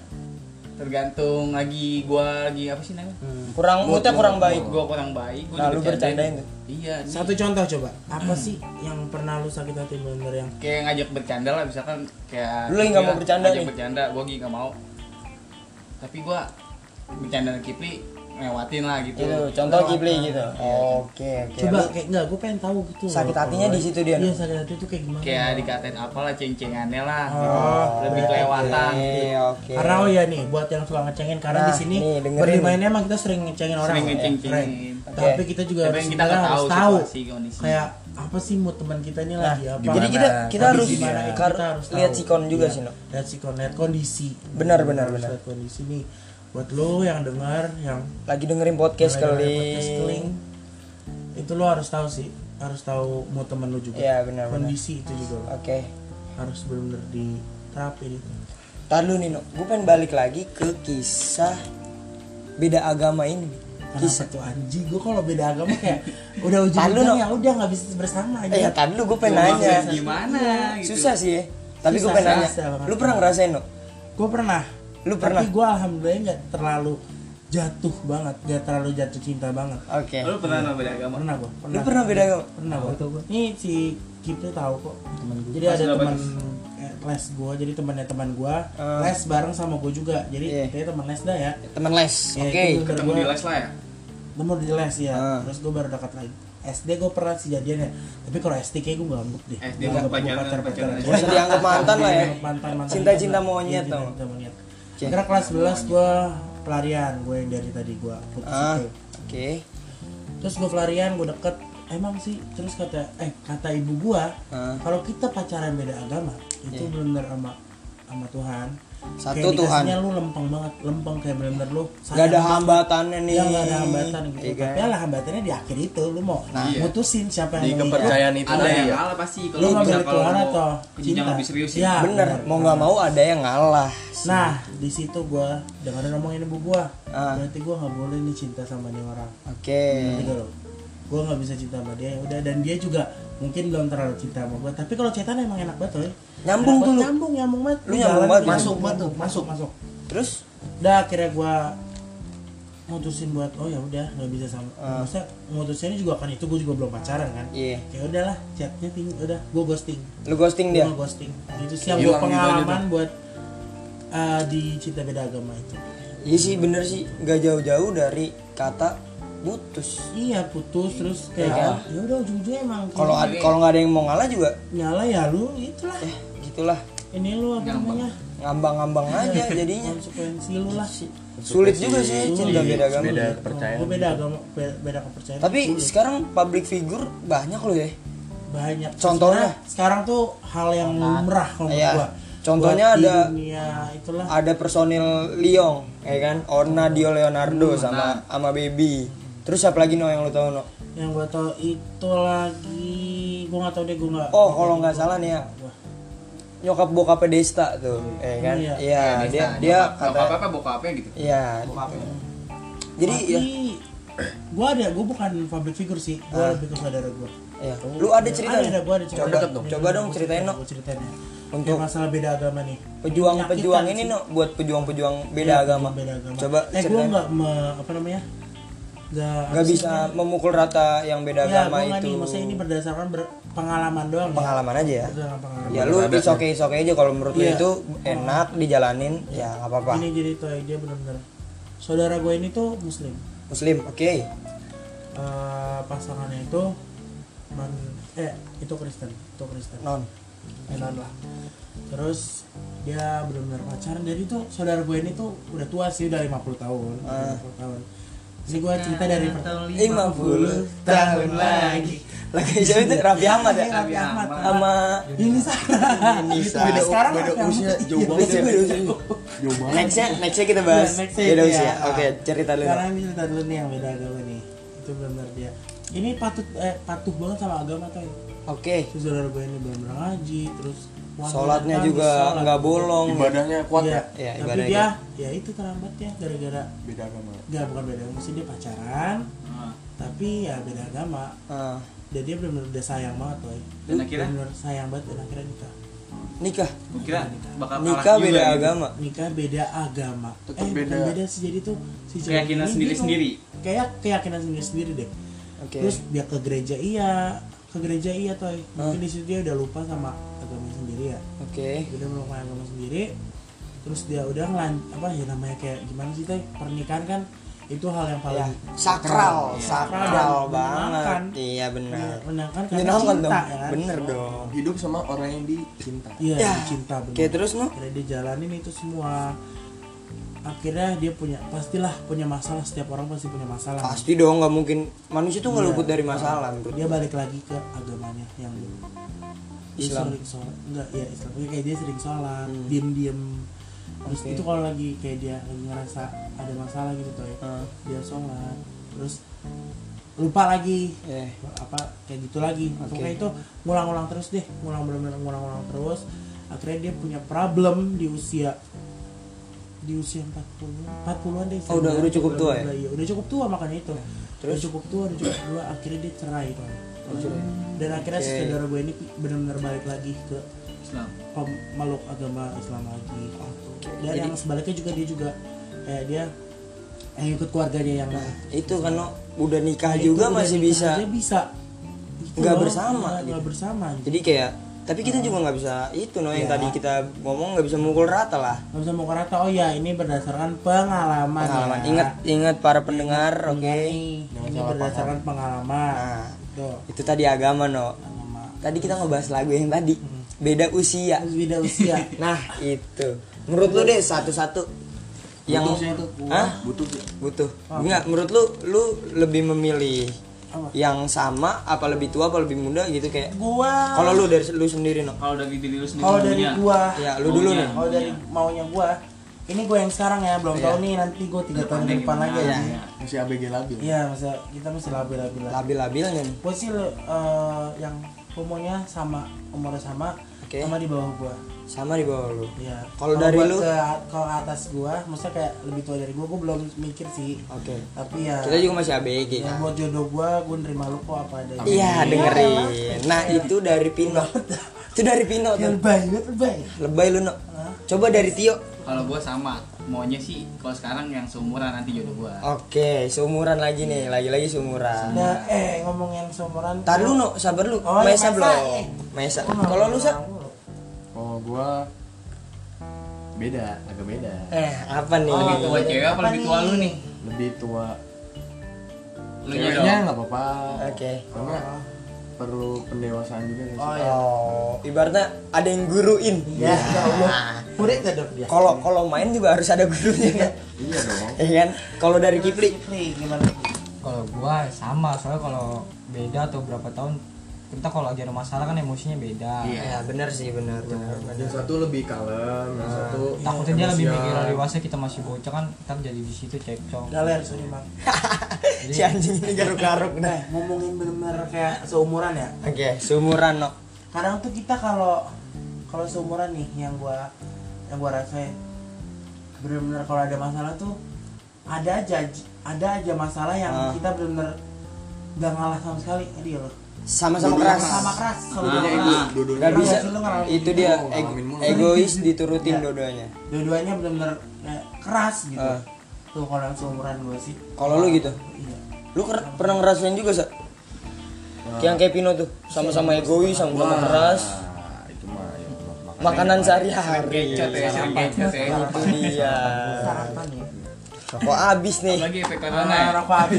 Speaker 4: Tergantung lagi gua lagi apa sih namanya?
Speaker 1: Kurang Hmm. moodnya kurang baik.
Speaker 4: Gua kurang baik, gua
Speaker 1: Nah, lu
Speaker 4: dibercandain.
Speaker 1: bercandain tuh.
Speaker 4: Iya, nih.
Speaker 2: Satu contoh coba. Apa
Speaker 1: Hmm.
Speaker 2: sih yang pernah lu sakit hati bener yang
Speaker 4: kayak ngajak bercanda lah misalkan kayak
Speaker 1: Lu lagi nggak
Speaker 4: dia
Speaker 1: mau bercanda
Speaker 4: ngajak
Speaker 1: nih?
Speaker 4: bercanda gue lagi nggak mau tapi gue bercanda Kipli lewatin lah gitu
Speaker 1: Itu Iya, contoh Kipli gitu. Oke, oke.
Speaker 2: Coba kayak enggak, gue pengen tahu gitu. loh.
Speaker 1: Sakit hatinya di situ dia.
Speaker 2: Iya, sakit hati itu kayak gimana?
Speaker 4: kayak dikatain apalah ceng-cengannya lah
Speaker 2: Oh,
Speaker 4: gitu. lebih
Speaker 2: berarti
Speaker 4: kelewatan
Speaker 1: Oke,
Speaker 4: gitu.
Speaker 1: oke.
Speaker 2: Karena oh ya nih buat yang suka ngecengin karena
Speaker 1: Nah,
Speaker 2: di sini
Speaker 1: nih, dengerin.
Speaker 2: bermainnya emang kita sering ngecengin orang.
Speaker 4: Sering
Speaker 2: ya,
Speaker 4: ngeceng-cengin.
Speaker 2: Frank.
Speaker 1: Oke.
Speaker 2: Tapi kita juga
Speaker 4: Tapi
Speaker 2: harus
Speaker 4: kita nggak
Speaker 2: sebenarnya
Speaker 4: tahu
Speaker 2: harus tahu
Speaker 4: situasi, kondisi.
Speaker 2: kayak apa sih mood teman kita ini lagi apa.
Speaker 1: Nah, Jadi kita kita
Speaker 2: Habis
Speaker 1: harus
Speaker 2: gimana, kita
Speaker 1: kar-
Speaker 2: harus tahu.
Speaker 1: lihat sikon juga
Speaker 2: Iya,
Speaker 1: sih, no.
Speaker 2: Lihat sikon, lihat kondisi.
Speaker 1: Benar, benar,
Speaker 2: Harus
Speaker 1: benar.
Speaker 2: Lihat kondisi nih. Buat lo yang dengar yang
Speaker 1: Lagi dengerin podcast
Speaker 2: mulai dengerin podcast
Speaker 1: kali.
Speaker 2: Keling, itu lo harus tahu sih harus tahu mood temen lo juga.
Speaker 1: Iya, benar, benar.
Speaker 2: Kondisi itu juga lo
Speaker 1: Oke.
Speaker 2: harus benar-benar diterapin itu.
Speaker 1: Tar lu Nino, gue pengen balik lagi ke kisah beda agama ini.
Speaker 2: Kenapa
Speaker 1: Kisah.
Speaker 2: tuh anjing gue kalau beda agama kayak udah
Speaker 1: Tahan lu,
Speaker 2: ujung-ujungnya
Speaker 1: Nok.
Speaker 2: ya udah nggak bisa bersama
Speaker 1: Eh, ya
Speaker 2: aja.
Speaker 1: tar lu gue pengen
Speaker 4: Gua
Speaker 1: nanya.
Speaker 4: maksudnya gimana gitu
Speaker 1: Susah sih ya. Tapi gue
Speaker 2: Susah,
Speaker 1: pengen nanya.
Speaker 2: susah banget.
Speaker 1: Lu pernah ngerasain no?
Speaker 2: Gue pernah.
Speaker 1: Lu pernah?
Speaker 2: Tapi gue alhamdulillah nggak terlalu jatuh banget gak terlalu jatuh cinta banget
Speaker 1: Oke.
Speaker 4: Lu pernah nggak beda agama?
Speaker 2: pernah gua
Speaker 1: Lu pernah beda agama?
Speaker 2: pernah
Speaker 5: Tahu
Speaker 2: gua
Speaker 5: tuh gua.
Speaker 2: ini si Kipli tahu kok
Speaker 4: Temen gua.
Speaker 2: jadi
Speaker 4: Pas
Speaker 2: ada
Speaker 4: berapa
Speaker 2: teman
Speaker 4: tuh?
Speaker 2: eh, les gua jadi temannya teman gua
Speaker 1: Eh.
Speaker 2: les bareng sama gua juga jadi
Speaker 1: Iya.
Speaker 2: kita teman les dah ya
Speaker 1: Teman les.
Speaker 2: Ya,
Speaker 1: Oke.
Speaker 2: itu bener
Speaker 4: Ketemu
Speaker 2: gua-
Speaker 4: di les lah ya.
Speaker 2: Nemu di les ya
Speaker 1: Ah.
Speaker 2: terus gua baru dekat lagi SD gua pernah sih jadian ya tapi kalau SD kayak gua gambut deh
Speaker 4: SD
Speaker 2: Gua
Speaker 4: mah
Speaker 2: anggap gua
Speaker 4: pacaran,
Speaker 2: pacar-pacaran
Speaker 4: pacaran.
Speaker 2: aja.
Speaker 1: Bisa dianggap mantan lah ya.
Speaker 2: Iya, mantan mantan
Speaker 1: Cinta-cinta
Speaker 2: mantan.
Speaker 1: monyet
Speaker 2: Iya,
Speaker 1: tau.
Speaker 2: cinta-cinta monyet
Speaker 1: Oke.
Speaker 2: Akhirnya kelas 11 gua pelarian gue yang dari tadi gua putus
Speaker 1: Ah,
Speaker 2: itu
Speaker 1: Oke.
Speaker 2: terus gue pelarian gue deket emang sih terus kata eh kata ibu gua
Speaker 1: Ah.
Speaker 2: kalau kita pacaran beda agama itu bener-bener sama sama Tuhan
Speaker 1: Iya. Satu
Speaker 2: Kayak
Speaker 1: Tuhan.
Speaker 2: dikasihnya lu lempeng banget lempeng kayak bener-bener lu
Speaker 1: Gak ada
Speaker 2: sayang
Speaker 1: hambatannya nih.
Speaker 2: Ya nggak ada hambatan gitu.
Speaker 1: Iya Nah, kan?
Speaker 2: Tapi lah hambatannya di akhir itu lu mau
Speaker 4: Iya.
Speaker 2: mutusin siapa
Speaker 3: Di
Speaker 2: yang lu
Speaker 3: kepercayaan itu
Speaker 4: Ada
Speaker 3: tadi
Speaker 4: yang
Speaker 3: ya.
Speaker 4: kalah pasti
Speaker 2: Lu
Speaker 4: kalau bisa
Speaker 2: ngambil
Speaker 4: kalau
Speaker 2: Tuhan
Speaker 4: mau
Speaker 2: atau
Speaker 4: ke jenjang
Speaker 2: cinta?
Speaker 4: lebih serius sih.
Speaker 2: Iya.
Speaker 1: Bener, mau nggak mau ada yang ngalah.
Speaker 2: Nah, di situ gua dengerin ngomongin ibu gua.
Speaker 1: Ah.
Speaker 2: Berarti gua nggak boleh nih cinta sama nih orang.
Speaker 1: Oke.
Speaker 2: Gitu loh. Gua nggak bisa cinta sama dia ya udah dan dia juga mungkin belum terlalu cinta sama gua. Tapi kalau cetan emang enak banget loh.
Speaker 1: Nyambung tuh lu.
Speaker 2: Nyambung, nyambung banget.
Speaker 1: Lu nyambung
Speaker 2: jalan,
Speaker 1: banget.
Speaker 4: Masuk banget tuh,
Speaker 2: masuk, masuk.
Speaker 1: Terus
Speaker 2: Udah akhirnya gua mutusin buat oh ya udah nggak bisa sama.
Speaker 1: Ah.
Speaker 2: Maksudnya mutusinnya juga kan itu gua juga belum pacaran kan.
Speaker 1: Iya.
Speaker 2: Ya udahlah, chatnya tinggi udah gua ghosting.
Speaker 1: lu ghosting dia.
Speaker 2: Gua ghosting. Itu sih yang
Speaker 1: Iya,
Speaker 2: gua
Speaker 3: Hilang gitu aja
Speaker 2: pengalaman buat eh, di cinta beda agama itu.
Speaker 1: Iya sih bener sih, nggak jauh-jauh dari kata putus.
Speaker 2: Iya putus terus kayak
Speaker 1: Ya.
Speaker 2: kan, ya udah ujung-ujungnya emang
Speaker 1: Kalau
Speaker 2: iya.
Speaker 1: ad- kalau nggak ada yang mau ngalah juga,
Speaker 2: nyala ya lu itulah.
Speaker 1: eh gitulah
Speaker 2: Ini lu apa namanya?
Speaker 1: ngambang-ngambang aja jadinya.
Speaker 2: Konsekuensi lu lah.
Speaker 1: Sulit juga sih cinta beda agama.
Speaker 3: Beda kepercayaan.
Speaker 2: Oh, beda agama, be- beda kepercayaan.
Speaker 1: Tapi
Speaker 2: Sulit.
Speaker 1: sekarang public figure banyak loh ya.
Speaker 2: banyak
Speaker 1: Contohnya?
Speaker 2: Sebenarnya sekarang tuh hal yang lumrah kalau menurut
Speaker 1: Iya.
Speaker 2: gua.
Speaker 1: Contohnya
Speaker 2: Buat di
Speaker 1: ada-
Speaker 2: dunia itulah
Speaker 1: Ada personil Liong, ya kan? Orna, Dio, Leonardo sama sama Baby. Terus siapa lagi no yang lu tahu no?
Speaker 2: yang gua tahu itu lagi gua nggak tahu deh gua nggak
Speaker 1: Oh, kalau nggak salah nih ya,
Speaker 2: Wah.
Speaker 1: nyokap bokapnya Desta tuh, ya kan?
Speaker 2: Iya.
Speaker 1: Iya,
Speaker 4: Desa,
Speaker 1: dia dia
Speaker 4: Nah, nyokap-
Speaker 1: kata
Speaker 4: nyokap apa bokap apa gitu.
Speaker 1: Iya. Jadi
Speaker 2: Tapi,
Speaker 1: ya,
Speaker 2: gua ada gua bukan public figure sih gua lebih ke saudara gua
Speaker 1: ya. Lu Ah. ada cerita
Speaker 2: ada, ada,
Speaker 1: nih?
Speaker 2: gua ada cerita
Speaker 1: Coba dong, coba dong ceritain no.
Speaker 2: Gua ceritain ya.
Speaker 1: Untuk
Speaker 2: Kayak masalah beda agama nih
Speaker 1: pejuang-pejuang
Speaker 2: Menyakitkan
Speaker 1: ini
Speaker 2: sih. Iya,
Speaker 1: no buat pejuang-pejuang beda agama.
Speaker 2: beda agama
Speaker 1: Coba
Speaker 2: eh gua
Speaker 1: ceritain.
Speaker 2: nggak me- apa namanya nggak
Speaker 1: Gak bisa memukul rata yang beda
Speaker 2: ya,
Speaker 1: agama
Speaker 2: gua nggak
Speaker 1: itu.
Speaker 2: nih, maksudnya ini berdasarkan ber- pengalaman doang ya.
Speaker 1: Pengalaman aja ya.
Speaker 2: Berdasarkan pengalaman
Speaker 1: Ya lu it's okay it's okay aja kalau menurut lu
Speaker 2: Iya.
Speaker 1: itu enak dijalanin ya nggak apa-apa.
Speaker 2: Ini jadi tuh dia benar-benar saudara gue ini tuh muslim.
Speaker 1: Muslim, oke.
Speaker 2: Eh, pasangannya itu non- eh itu Kristen, itu Kristen.
Speaker 1: Non.
Speaker 2: Eh, non lah. Terus dia benar-benar pacaran. Jadi tuh saudara gue ini tuh udah tua sih, udah 50 tahun, udah
Speaker 1: Ah. Eh,
Speaker 2: 50 tahun. Ini gue cerita dari pertama.
Speaker 1: 50 tahun lagi. Lagi siapa itu Raffi Ahmad ya?
Speaker 2: Iya, Raffi Ahmad.
Speaker 1: Sama
Speaker 2: Ini Sarah.
Speaker 1: Nisa.
Speaker 2: Beda sekarang
Speaker 3: beda
Speaker 2: Raffi Ahmad.
Speaker 3: usia jauh banget
Speaker 1: Itu
Speaker 3: ya.
Speaker 1: beda usia.
Speaker 3: Jauh banget.
Speaker 1: Nextnya, nextnya kita bahas
Speaker 2: Iya, next
Speaker 1: beda
Speaker 2: itu ya.
Speaker 1: usia.
Speaker 2: Ah.
Speaker 1: Oke, cerita dulu.
Speaker 2: Sekarang ini cerita dulu nih yang beda agama nih. Itu benar dia. Ini patut eh, patuh banget sama agama tuh.
Speaker 1: Oke.
Speaker 2: Terus saudara gue ini benar ngaji, terus puasa,
Speaker 1: Sholatnya
Speaker 2: kan,
Speaker 1: juga
Speaker 2: sholat.
Speaker 1: nggak bolong.
Speaker 3: Ibadahnya kuat
Speaker 2: Iya,
Speaker 3: ya.
Speaker 1: Iya,
Speaker 2: tapi
Speaker 1: ibadah
Speaker 2: dia ya itu terlambat ya gara-gara
Speaker 3: Beda agama.
Speaker 2: nggak bukan beda agama sih dia pacaran, tapi ya beda agama.
Speaker 1: Ah,
Speaker 2: Dan dia benar-benar udah sayang banget tuh.
Speaker 4: Dan akhirnya?
Speaker 2: benar sayang banget dan akhirnya nikah.
Speaker 1: nikah.
Speaker 4: Gua kira bakal kalah
Speaker 1: Nikah
Speaker 4: juga
Speaker 1: beda
Speaker 4: gitu.
Speaker 1: agama.
Speaker 2: Nikah beda agama.
Speaker 3: Tetap
Speaker 2: eh, bukan
Speaker 3: beda.
Speaker 2: beda sih jadi tuh si cewek
Speaker 4: Keyakinan
Speaker 2: ini
Speaker 4: sendiri-sendiri.
Speaker 2: gitu. Kayak keyakinan sendiri-sendiri deh.
Speaker 1: Oke.
Speaker 2: Terus dia ke gereja iya, ke gereja iya toy. Mungkin di situ dia udah lupa sama agama sendiri ya.
Speaker 1: Oke.
Speaker 2: Udah melupakan agama sendiri. Terus dia udah ngelan apa ya namanya kayak gimana sih teh pernikahan kan itu hal yang
Speaker 1: Ya,
Speaker 2: paling
Speaker 4: Iya.
Speaker 1: sakral, sakral
Speaker 2: Sakral.
Speaker 1: banget.
Speaker 2: Menyenangkan.
Speaker 1: Iya benar.
Speaker 2: ya, menyenangkan karena
Speaker 1: Menyenangkan
Speaker 2: cinta
Speaker 1: dong.
Speaker 2: ya kan.
Speaker 1: Bener dong.
Speaker 3: Hidup sama orang yang dicinta.
Speaker 2: Iya,
Speaker 1: Ya.
Speaker 2: cinta bener.
Speaker 1: Oke, terus no?
Speaker 2: Akhirnya dia jalanin itu semua akhirnya dia punya pastilah punya masalah setiap orang pasti punya masalah
Speaker 1: Pasti dong, nggak mungkin. Manusia tuh
Speaker 2: Iya.
Speaker 1: nggak luput dari masalah menurut
Speaker 2: gitu. dia balik lagi ke agamanya yang dulu dia
Speaker 1: Islam.
Speaker 2: sering sholat enggak ya Islam Dia kayak dia sering sholat diem diem terus itu kalau lagi kayak dia lagi ngerasa ada masalah gitu tuh ya
Speaker 1: Hmm.
Speaker 2: dia sholat terus lupa lagi
Speaker 1: Eh,
Speaker 2: apa kayak gitu lagi pokoknya itu ngulang-ulang terus deh ngulang benar-benar ngulang-ulang terus akhirnya dia punya problem di usia di usia 40 40-an deh
Speaker 1: Oh, udah- udah cukup tua ya?
Speaker 2: Iya, udah cukup tua makanya itu
Speaker 1: Terus? Oh,
Speaker 2: udah cukup tua udah cukup tua akhirnya dia cerai Ton. dan akhirnya si
Speaker 1: Oke.
Speaker 2: saudara gue ini benar-benar balik lagi ke
Speaker 4: Islam.
Speaker 2: pemeluk agama Islam lagi
Speaker 1: Oke,
Speaker 2: dan
Speaker 1: jadi-
Speaker 2: yang sebaliknya juga dia juga kayak dia eh ikut keluarganya yang
Speaker 1: itu karena udah nikah
Speaker 2: Nah, itu
Speaker 1: juga
Speaker 2: udah
Speaker 1: masih
Speaker 2: nikah
Speaker 1: bisa
Speaker 2: aja bisa Gitu
Speaker 1: Nggak
Speaker 2: loh,
Speaker 1: bersama,
Speaker 2: nggak- nggak
Speaker 1: gitu.
Speaker 2: bersama gitu.
Speaker 1: jadi kayak tapi kita juga nggak bisa itu no yang
Speaker 2: Iya.
Speaker 1: tadi kita ngomong nggak bisa mukul rata lah
Speaker 2: nggak bisa mau rata oh ya ini berdasarkan pengalaman
Speaker 1: pengalaman
Speaker 2: ya.
Speaker 1: ingat ingat para pendengar oke
Speaker 2: ini, ini berdasarkan pengalaman
Speaker 1: Nah.
Speaker 2: tuh
Speaker 1: itu tadi agama no
Speaker 2: pengalaman
Speaker 1: tadi kita ngebahas lagu yang tadi beda usia
Speaker 2: Terus beda usia
Speaker 1: nah itu menurut lu deh satu-satu yang
Speaker 4: Butuh sih itu.
Speaker 1: Hah?
Speaker 3: butuh sih.
Speaker 1: butuh enggak menurut lu lu lebih memilih
Speaker 2: Apa?
Speaker 1: yang sama apa lebih tua apa lebih muda gitu kayak
Speaker 2: gua
Speaker 1: kalau lu dari lu sendiri no
Speaker 4: Kalau dari diri lu sendiri
Speaker 2: kalau dari
Speaker 4: maunya,
Speaker 2: gua
Speaker 1: ya lu dulu Iya.
Speaker 4: Maunya.
Speaker 1: nih
Speaker 2: kalau dari maunya gua ini gua yang sekarang ya belum
Speaker 1: Iya.
Speaker 2: tahu nih nanti gua tiga tahun ke depan lagi ya
Speaker 4: Iya.
Speaker 3: Masih ABG labil.
Speaker 2: iya masa kita masih labil-labil lah
Speaker 1: labil-labilnya nih
Speaker 2: gua sih eh, yang umurnya sama umurnya sama
Speaker 1: Oke.
Speaker 2: sama di bawah gua
Speaker 1: sama di bawah lu
Speaker 2: Iya.
Speaker 1: Kalau dari
Speaker 2: buat
Speaker 1: lu?
Speaker 2: ke kalau atas gua, maksudnya kayak lebih tua dari gua, gua belum mikir sih.
Speaker 1: Oke.
Speaker 2: Tapi ya.
Speaker 1: Kita juga masih ABG
Speaker 2: ya,
Speaker 1: kan.
Speaker 2: buat jodoh gua, gua nerima lu kok apa adanya.
Speaker 1: Iya, dengerin. Nah, itu dari Pino. itu dari Pino
Speaker 2: Ya,
Speaker 1: tuh.
Speaker 2: Lebay banget, lebay.
Speaker 1: Lebay lu, No. Coba dari Tio.
Speaker 4: Kalau gua sama, maunya sih kalau sekarang yang seumuran nanti jodoh gua.
Speaker 1: Oke, seumuran lagi nih, lagi-lagi seumuran.
Speaker 2: Nah, eh ngomong yang seumuran.
Speaker 1: Tar lu, No, sabar lu.
Speaker 2: Oh,
Speaker 1: Mesa
Speaker 2: Mesa,
Speaker 1: belum.
Speaker 2: eh.
Speaker 1: Mesa.
Speaker 2: Gua nggak
Speaker 1: Kalau lu, Sa?
Speaker 2: mau.
Speaker 3: Oh, gua beda, agak beda.
Speaker 1: Eh, apa nih?
Speaker 4: Lebih tua cewek apa
Speaker 2: Apa
Speaker 4: lebih tua
Speaker 2: nih?
Speaker 4: lu nih?
Speaker 3: Lebih tua.
Speaker 4: Lu nya dong.
Speaker 3: Ceweknya nggak apa-apa.
Speaker 1: Oke.
Speaker 3: Karena perlu pendewasaan juga nggak sih?
Speaker 2: ya. Oh ya.
Speaker 1: Oh, ibaratnya ada yang guruin.
Speaker 2: Ya, ya Allah. Murid gak Ya. dong dia?
Speaker 1: Iya. Kalau kalau main juga harus ada gurunya kan.
Speaker 3: Iya dong.
Speaker 1: Iya kan? Kalau dari Kipli,
Speaker 2: Kipli gimana?
Speaker 5: kalau gua sama soalnya kalau beda atau berapa tahun kita kalau lagi ada masalah kan emosinya beda
Speaker 1: ya benar sih, benar, benar.
Speaker 3: Yang satu lebih kalem, yang satu
Speaker 5: takutnya dia lebih mikir
Speaker 3: emosian.
Speaker 5: dewasa kita masih bocah kan kita jadi di situ cekcok
Speaker 2: Galer sorry bang.
Speaker 1: Eh, si anjing ini garuk-garuk
Speaker 2: Nah,
Speaker 1: nah.
Speaker 2: ngomongin bener-bener kayak seumuran ya.
Speaker 1: Oke, seumuran, No.
Speaker 2: kadang tuh kita kalau kalau seumuran nih yang gua yang gua rasain bener-bener kalau ada masalah tuh ada aja ada aja masalah yang
Speaker 1: Ah.
Speaker 2: kita bener-bener gak ngalah sama sekali Eh, dia loh
Speaker 1: Sama-sama keras. gitu.
Speaker 2: sama keras kalau
Speaker 4: Ah,
Speaker 2: dua
Speaker 4: iya,
Speaker 2: keras.
Speaker 3: dua-duanya.
Speaker 1: Gak
Speaker 2: Pernah
Speaker 1: bisa.
Speaker 2: sih lu ngalamin
Speaker 1: Itu
Speaker 2: gitu?
Speaker 1: dia
Speaker 3: Ngalamin
Speaker 1: ego-
Speaker 3: mulu.
Speaker 1: egois diturutin
Speaker 2: Iya.
Speaker 1: dua-duanya.
Speaker 2: dua-duanya bener-bener eh, keras gitu
Speaker 1: Ah.
Speaker 2: tuh kalau yang seumuran gua sih
Speaker 1: Kalau lu gitu,
Speaker 2: iya
Speaker 1: lu ker- pernah ngerasain juga sa? Yang kayak Pino tuh, sama-sama egois, sama-sama keras,
Speaker 3: Nah, itu mah ya Allah, makanya
Speaker 1: makanan
Speaker 3: kemarin-
Speaker 1: sehari-hari.
Speaker 4: Gecot ya, sering gecot ya.
Speaker 1: Itu dia.
Speaker 2: sarapan ya
Speaker 1: Rokok abis nih.
Speaker 4: Apalagi efek corona
Speaker 2: Ah,
Speaker 4: ya.
Speaker 2: rokok habis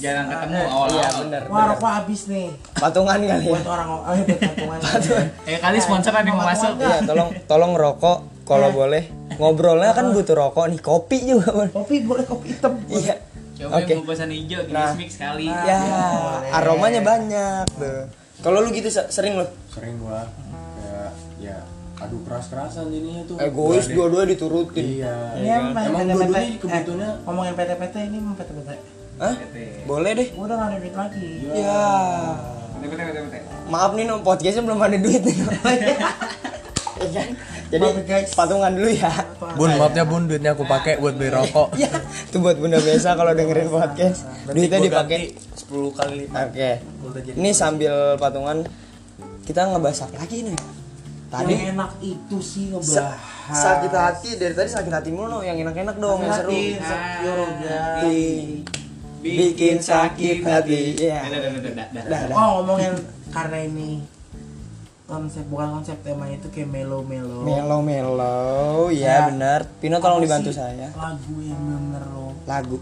Speaker 4: Jarang ketemu
Speaker 1: Iya
Speaker 4: awal-awal.
Speaker 1: bener.
Speaker 2: wah
Speaker 1: bener.
Speaker 2: rokok habis nih
Speaker 1: Patungan kali ya.
Speaker 2: buat orang oh, buat patungan
Speaker 4: Eh kali sponsor ada yang mau masuk.
Speaker 1: Iya, tolong tolong rokok kalau boleh. Ngobrolnya kan butuh rokok nih, kopi juga. Bang.
Speaker 2: kopi boleh kopi hitam boleh.
Speaker 1: Iya.
Speaker 4: Coba
Speaker 1: Oke.
Speaker 4: yang bungkusan hijau,
Speaker 1: Nah.
Speaker 4: gini mix sekali.
Speaker 1: Ya, aromanya banyak tuh. Kalau lu gitu Sa, sering lu
Speaker 3: Sering gua kayak ya adu keras-kerasan jadinya tuh.
Speaker 1: egois
Speaker 3: Berani-
Speaker 1: dua-dua diturutin.
Speaker 3: Iya.
Speaker 2: Ini
Speaker 1: kan?
Speaker 2: emang
Speaker 3: Emang
Speaker 2: PT-PT.
Speaker 3: dua-duanya
Speaker 2: Eh,
Speaker 3: kebutuhannya
Speaker 2: ngomongin PT-PT ini emang PT-PT.
Speaker 1: Hah? Boleh deh.
Speaker 2: Gua udah gak ada duit lagi.
Speaker 1: Ya.
Speaker 4: Bentar, bentar, bentar, bentar.
Speaker 1: Maaf nih, no, podcastnya belum ada duit nih. No. Iya kan? Jadi
Speaker 2: Maaf, guys.
Speaker 1: patungan dulu ya.
Speaker 2: eh.
Speaker 3: Bun, maaf ya bun, duitnya aku pakai buat beli rokok.
Speaker 1: Ya, itu buat bunda biasa kalau dengerin podcast. Duitnya dipakai.
Speaker 3: 10 kali lipat.
Speaker 1: Oke.
Speaker 3: Udah jadi.
Speaker 1: Ini sambil patungan kita ngebahas apa lagi nih? Tadi
Speaker 2: yang enak itu sih
Speaker 1: sa-
Speaker 2: ngebahas.
Speaker 1: sakit hati dari tadi sakit hati mulu no. yang enak-enak dong yang seru. Iya.
Speaker 2: Hati, insecure udah.
Speaker 1: Hati. Bikin sakit hati. Iya.
Speaker 4: Dah, dah, dah, dah, dah, dah.
Speaker 1: Dah, dah.
Speaker 2: Oh, ngomongin karena ini konsep bukan konsep temanya itu kayak melo-melo.
Speaker 1: Melo-melo, ya
Speaker 2: Ya.
Speaker 1: benar. Pino tolong
Speaker 2: Apa
Speaker 1: dibantu
Speaker 2: sih
Speaker 1: saya.
Speaker 2: Lagu yang bener lo
Speaker 1: Lagu.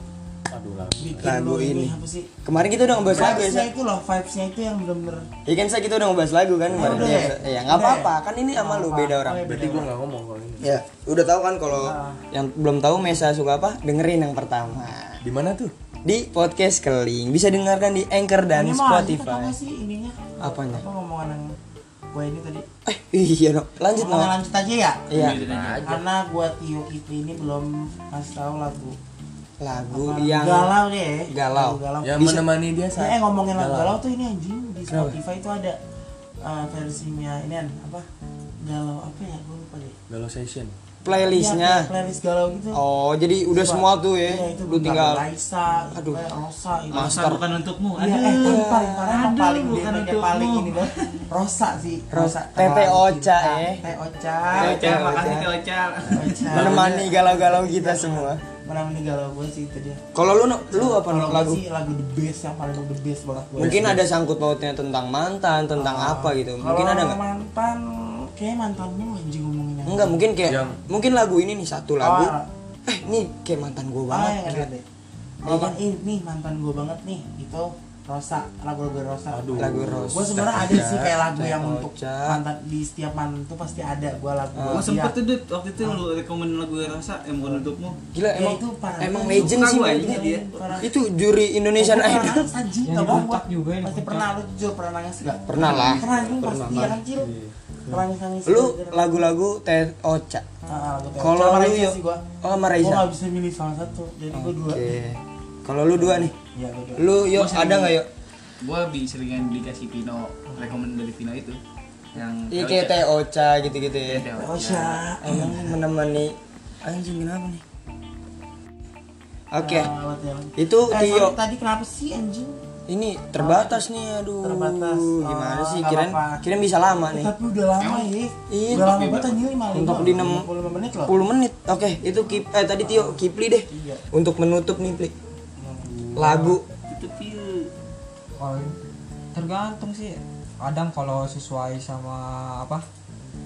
Speaker 3: Aduh lah.
Speaker 2: bikin
Speaker 1: Lagu
Speaker 2: lo ini
Speaker 1: ini.
Speaker 2: apa sih?
Speaker 1: Kemarin kita udah ngebahas lagu ya, Sa.
Speaker 2: Vibes-nya itu loh, vibes-nya itu yang bener-bener
Speaker 1: Ya kan saya kita udah ngebahas lagu kan kemarin.
Speaker 2: udah
Speaker 1: Ya,
Speaker 2: ya?
Speaker 1: ya nggak
Speaker 2: Udah
Speaker 1: apa-apa,
Speaker 2: ya?
Speaker 1: kan ini sama lu
Speaker 2: Nggak
Speaker 1: beda
Speaker 2: apa-apa.
Speaker 1: orang.
Speaker 2: Oh, iya,
Speaker 3: Berarti gua nggak ngomong kalau ini.
Speaker 1: Ya, udah tahu kan kalau
Speaker 2: Ah.
Speaker 1: yang belum tahu Mesa suka apa? Dengerin yang pertama.
Speaker 3: Di mana tuh?
Speaker 1: Di podcast Keling bisa dengarkan di Anchor dan
Speaker 2: ini mau lanjut apa
Speaker 1: Spotify.
Speaker 2: nggak sih ininya?
Speaker 1: Apanya?
Speaker 2: Apa ngomongan yang gue ini tadi?
Speaker 1: Eh, iya dong. Lanjut
Speaker 2: Ngomongan
Speaker 1: dong.
Speaker 2: lanjut aja ya?
Speaker 1: Iya.
Speaker 4: Lanjut aja.
Speaker 2: Karena gue Tio Kipli ini belum kasih tahu lagu
Speaker 1: Lagu
Speaker 2: Apa?
Speaker 1: yang
Speaker 2: galau deh.
Speaker 1: Galau.
Speaker 2: Lagu galau.
Speaker 3: Yang
Speaker 1: Bisa-
Speaker 3: menemani dia
Speaker 2: Nah,
Speaker 3: saat
Speaker 2: eh ngomongin lagu galau tuh ini anjing di Spotify itu ada eh, versinya ini an apa? Galau apa ya? Gue lupa deh.
Speaker 3: galau session.
Speaker 2: Iya,
Speaker 1: playlistnya.
Speaker 2: playlist galau gitu.
Speaker 1: Oh, jadi udah
Speaker 2: Coba.
Speaker 1: semua tuh ya.
Speaker 2: Iya, itu
Speaker 1: Lu tinggal
Speaker 2: Laisa,
Speaker 1: Aduh.
Speaker 2: Aduh. Rosa, itu.
Speaker 1: Mas-
Speaker 4: Masa bukan untukmu. kan?
Speaker 2: Iya, eh,
Speaker 4: Aduh.
Speaker 2: yang paling parah yang
Speaker 4: Aduh,
Speaker 2: paling
Speaker 4: bukan
Speaker 2: damage-nya
Speaker 4: untukmu.
Speaker 2: paling ini banget Rosa sih.
Speaker 1: Rosa.
Speaker 2: Rosa.
Speaker 1: Tete Oca,
Speaker 2: Cinta.
Speaker 1: eh.
Speaker 2: Tete Oca.
Speaker 4: Teh
Speaker 1: Tete
Speaker 4: Ocal, makasih
Speaker 1: Ocal.
Speaker 4: Teh Ocal.
Speaker 2: Oca.
Speaker 1: menemani galau-galau kita semua.
Speaker 2: menang di galau gue sih itu dia
Speaker 1: Kalau lu no- lu apa no,
Speaker 2: Kalau iya.
Speaker 1: lagu?
Speaker 2: lagu sih lagu the best yang paling the best banget gue
Speaker 1: Mungkin ada sangkut pautnya tentang mantan, tentang
Speaker 2: Ah.
Speaker 1: apa gitu. Mungkin ada nggak?
Speaker 2: mantan kayak mantan lu anjing ngomonginnya
Speaker 1: Enggak, mungkin kayak
Speaker 3: Yang-
Speaker 1: mungkin lagu ini nih satu lagu.
Speaker 2: Ah.
Speaker 1: Eh, ini kayak mantan gue
Speaker 2: ah
Speaker 1: banget. Iya.
Speaker 2: yang
Speaker 1: gila.
Speaker 2: ada deh kalau man- ini nih mantan gue banget nih itu Rosa lagu-lagu Rosa
Speaker 3: Aduh.
Speaker 1: Lagu Rosa.
Speaker 2: gue sebenarnya ada sih kayak lagu yang
Speaker 1: Kocak.
Speaker 2: untuk mantan di setiap mantan tuh pasti ada gue lagu
Speaker 1: Ah.
Speaker 2: buat
Speaker 6: Gua
Speaker 2: dia.
Speaker 6: sempet tuh Dut, waktu itu lu rekomen lagu rasa
Speaker 4: eh,
Speaker 6: yang bukan untukmu.
Speaker 1: Gila
Speaker 2: Ya,
Speaker 1: emang
Speaker 2: itu parah
Speaker 1: emang
Speaker 2: banget.
Speaker 1: legend
Speaker 6: Suka
Speaker 1: sih
Speaker 6: gua
Speaker 1: menurut
Speaker 6: ini
Speaker 1: gua.
Speaker 6: dia.
Speaker 2: Parah.
Speaker 1: Itu juri Indonesian
Speaker 2: Gua pernah
Speaker 1: Idol.
Speaker 2: nangis, anjing,
Speaker 5: Yang
Speaker 2: tau
Speaker 5: di
Speaker 2: gua.
Speaker 5: puncak juga, yang di
Speaker 2: pasti
Speaker 5: puncak.
Speaker 2: pernah lu juga pernah nangis gak
Speaker 1: Pernah lah.
Speaker 2: pernah lu pasti ya kan cil pernah nangis nangis Ah,
Speaker 1: Lu lagu-lagu Teh Ocha. Kalau lu yuk- Oh, sama
Speaker 2: gue
Speaker 1: Reza.
Speaker 2: gak bisa milih salah satu jadi gue dua
Speaker 1: Oke. Kalau lu dua nih.
Speaker 2: Iya, gua dua
Speaker 1: Lu yuk
Speaker 4: Gua
Speaker 1: ada
Speaker 4: sering-
Speaker 1: nggak yuk?
Speaker 4: Gue seringan dikasih Pino, rekomend dari Pino itu. Yang
Speaker 1: Iya kayak Teh Ocha gitu-gitu ya.
Speaker 2: Oh,
Speaker 4: Iya.
Speaker 2: Sya.
Speaker 1: Emang menemani anjing kenapa nih? Oke.
Speaker 2: Ah, lewat jalan.
Speaker 1: Itu
Speaker 2: Eh,
Speaker 1: Tio.
Speaker 2: sorry, tadi kenapa sih anjing?
Speaker 1: Ini terbatas nih aduh.
Speaker 2: Terbatas.
Speaker 1: Gimana
Speaker 2: Ah,
Speaker 1: sih?
Speaker 2: nggak
Speaker 1: Kirain
Speaker 2: apa-apa.
Speaker 1: kirain bisa lama nih.
Speaker 2: Tapi udah lama ya.
Speaker 1: Iya,
Speaker 2: udah lama
Speaker 4: tapi
Speaker 2: banget anjing lima
Speaker 1: Untuk di enam-
Speaker 2: 55 menit loh.
Speaker 1: 10 menit. Oke, itu Kip eh tadi Tio Kipli deh.
Speaker 2: Iya.
Speaker 1: Untuk menutup nih, Pli. Lagu
Speaker 5: kalau tergantung sih kadang kalau sesuai sama apa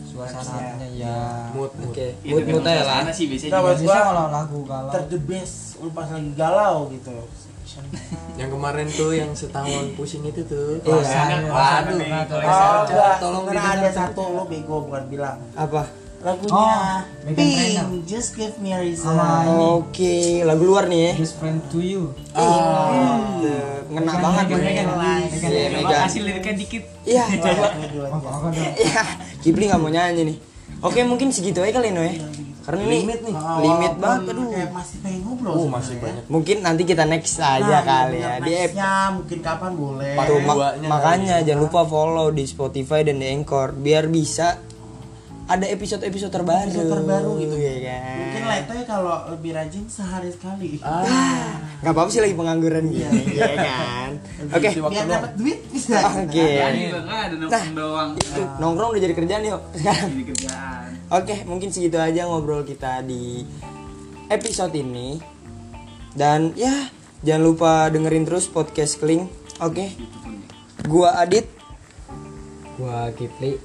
Speaker 5: suasana
Speaker 2: Vibes-nya.
Speaker 5: hatinya ya
Speaker 3: mood mood
Speaker 1: Oke,
Speaker 4: Itu
Speaker 1: mood mood aja lah.
Speaker 4: Sana sih biasanya
Speaker 2: Kita
Speaker 4: juga.
Speaker 2: buat
Speaker 5: biasanya
Speaker 2: gua-
Speaker 5: kalau lagu galau
Speaker 2: Ter the best lu pas lagi galau gitu.
Speaker 3: yang kemarin tuh yang setahun pusing itu tuh
Speaker 1: Iya.
Speaker 5: Alasannya,
Speaker 4: Alasannya,
Speaker 5: waduh,
Speaker 4: nih,
Speaker 5: waduh.
Speaker 4: kalau
Speaker 2: Oh,
Speaker 1: Cak,
Speaker 2: enggak,
Speaker 1: tolong
Speaker 2: karena
Speaker 1: didengar,
Speaker 2: ada
Speaker 1: Cak.
Speaker 2: satu lu bego bukan bilang.
Speaker 1: Apa?
Speaker 5: Oh,
Speaker 2: Lagunya
Speaker 5: Meghan Trainor.
Speaker 2: Pink, Just Give Me a Reason.
Speaker 3: Ah,
Speaker 5: Sama-
Speaker 3: iya.
Speaker 5: Ini.
Speaker 1: Oke, lagu luar nih ya.
Speaker 5: best friend to you
Speaker 1: Eh, Ngena banget nih.
Speaker 5: Megan, Megan,
Speaker 1: Iya,
Speaker 5: Megan.
Speaker 4: Coba
Speaker 1: Megan.
Speaker 4: kasih liriknya dikit.
Speaker 1: Iya,
Speaker 2: Dua,
Speaker 1: coba.
Speaker 2: dua, dua,
Speaker 5: Apa,
Speaker 2: dua.
Speaker 5: apa dong?
Speaker 1: Iya, Kipli nggak mau nyanyi nih. Oke, mungkin segitu aja kali no ya. Karena ini limit nih.
Speaker 2: Oh,
Speaker 1: Limit
Speaker 2: walaupun
Speaker 1: banget aduh.
Speaker 2: kayak masih pengen ngobrol.
Speaker 3: Ah, oh
Speaker 2: sebenarnya.
Speaker 3: masih banyak
Speaker 1: Mungkin nanti kita next aja
Speaker 2: Nah,
Speaker 1: kali
Speaker 2: bener,
Speaker 1: ya. Di ep-
Speaker 2: nextnya mungkin kapan boleh.
Speaker 1: Tuh, mak-
Speaker 3: duanya
Speaker 1: makanya jangan lupa follow di Spotify dan di Anchor biar bisa ada episode-episode terbaru.
Speaker 2: Episode terbaru gitu.
Speaker 1: ya kan.
Speaker 2: Mungkin Letoy kalau lebih rajin sehari sekali.
Speaker 1: Ah, Gak apa-apa sih lagi pengangguran gitu. Iya kan. Oke.
Speaker 2: Biar dapat duit bisa.
Speaker 1: Oke.
Speaker 4: Ya, ini juga
Speaker 1: Nah.
Speaker 4: kan ada nongkrong doang.
Speaker 1: Tuh, Nongkrong udah jadi kerjaan yuk sekarang.
Speaker 4: Jadi kerjaan.
Speaker 1: Oke, mungkin segitu aja ngobrol kita di episode ini. Dan ya, jangan lupa dengerin terus podcast Kling. Oke. Gua Adit.
Speaker 5: gua Kipli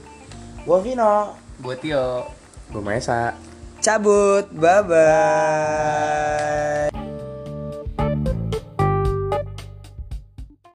Speaker 2: Gua Vino.
Speaker 4: Gue Tio.
Speaker 3: gue Maesa
Speaker 1: Cabut. Bye bye.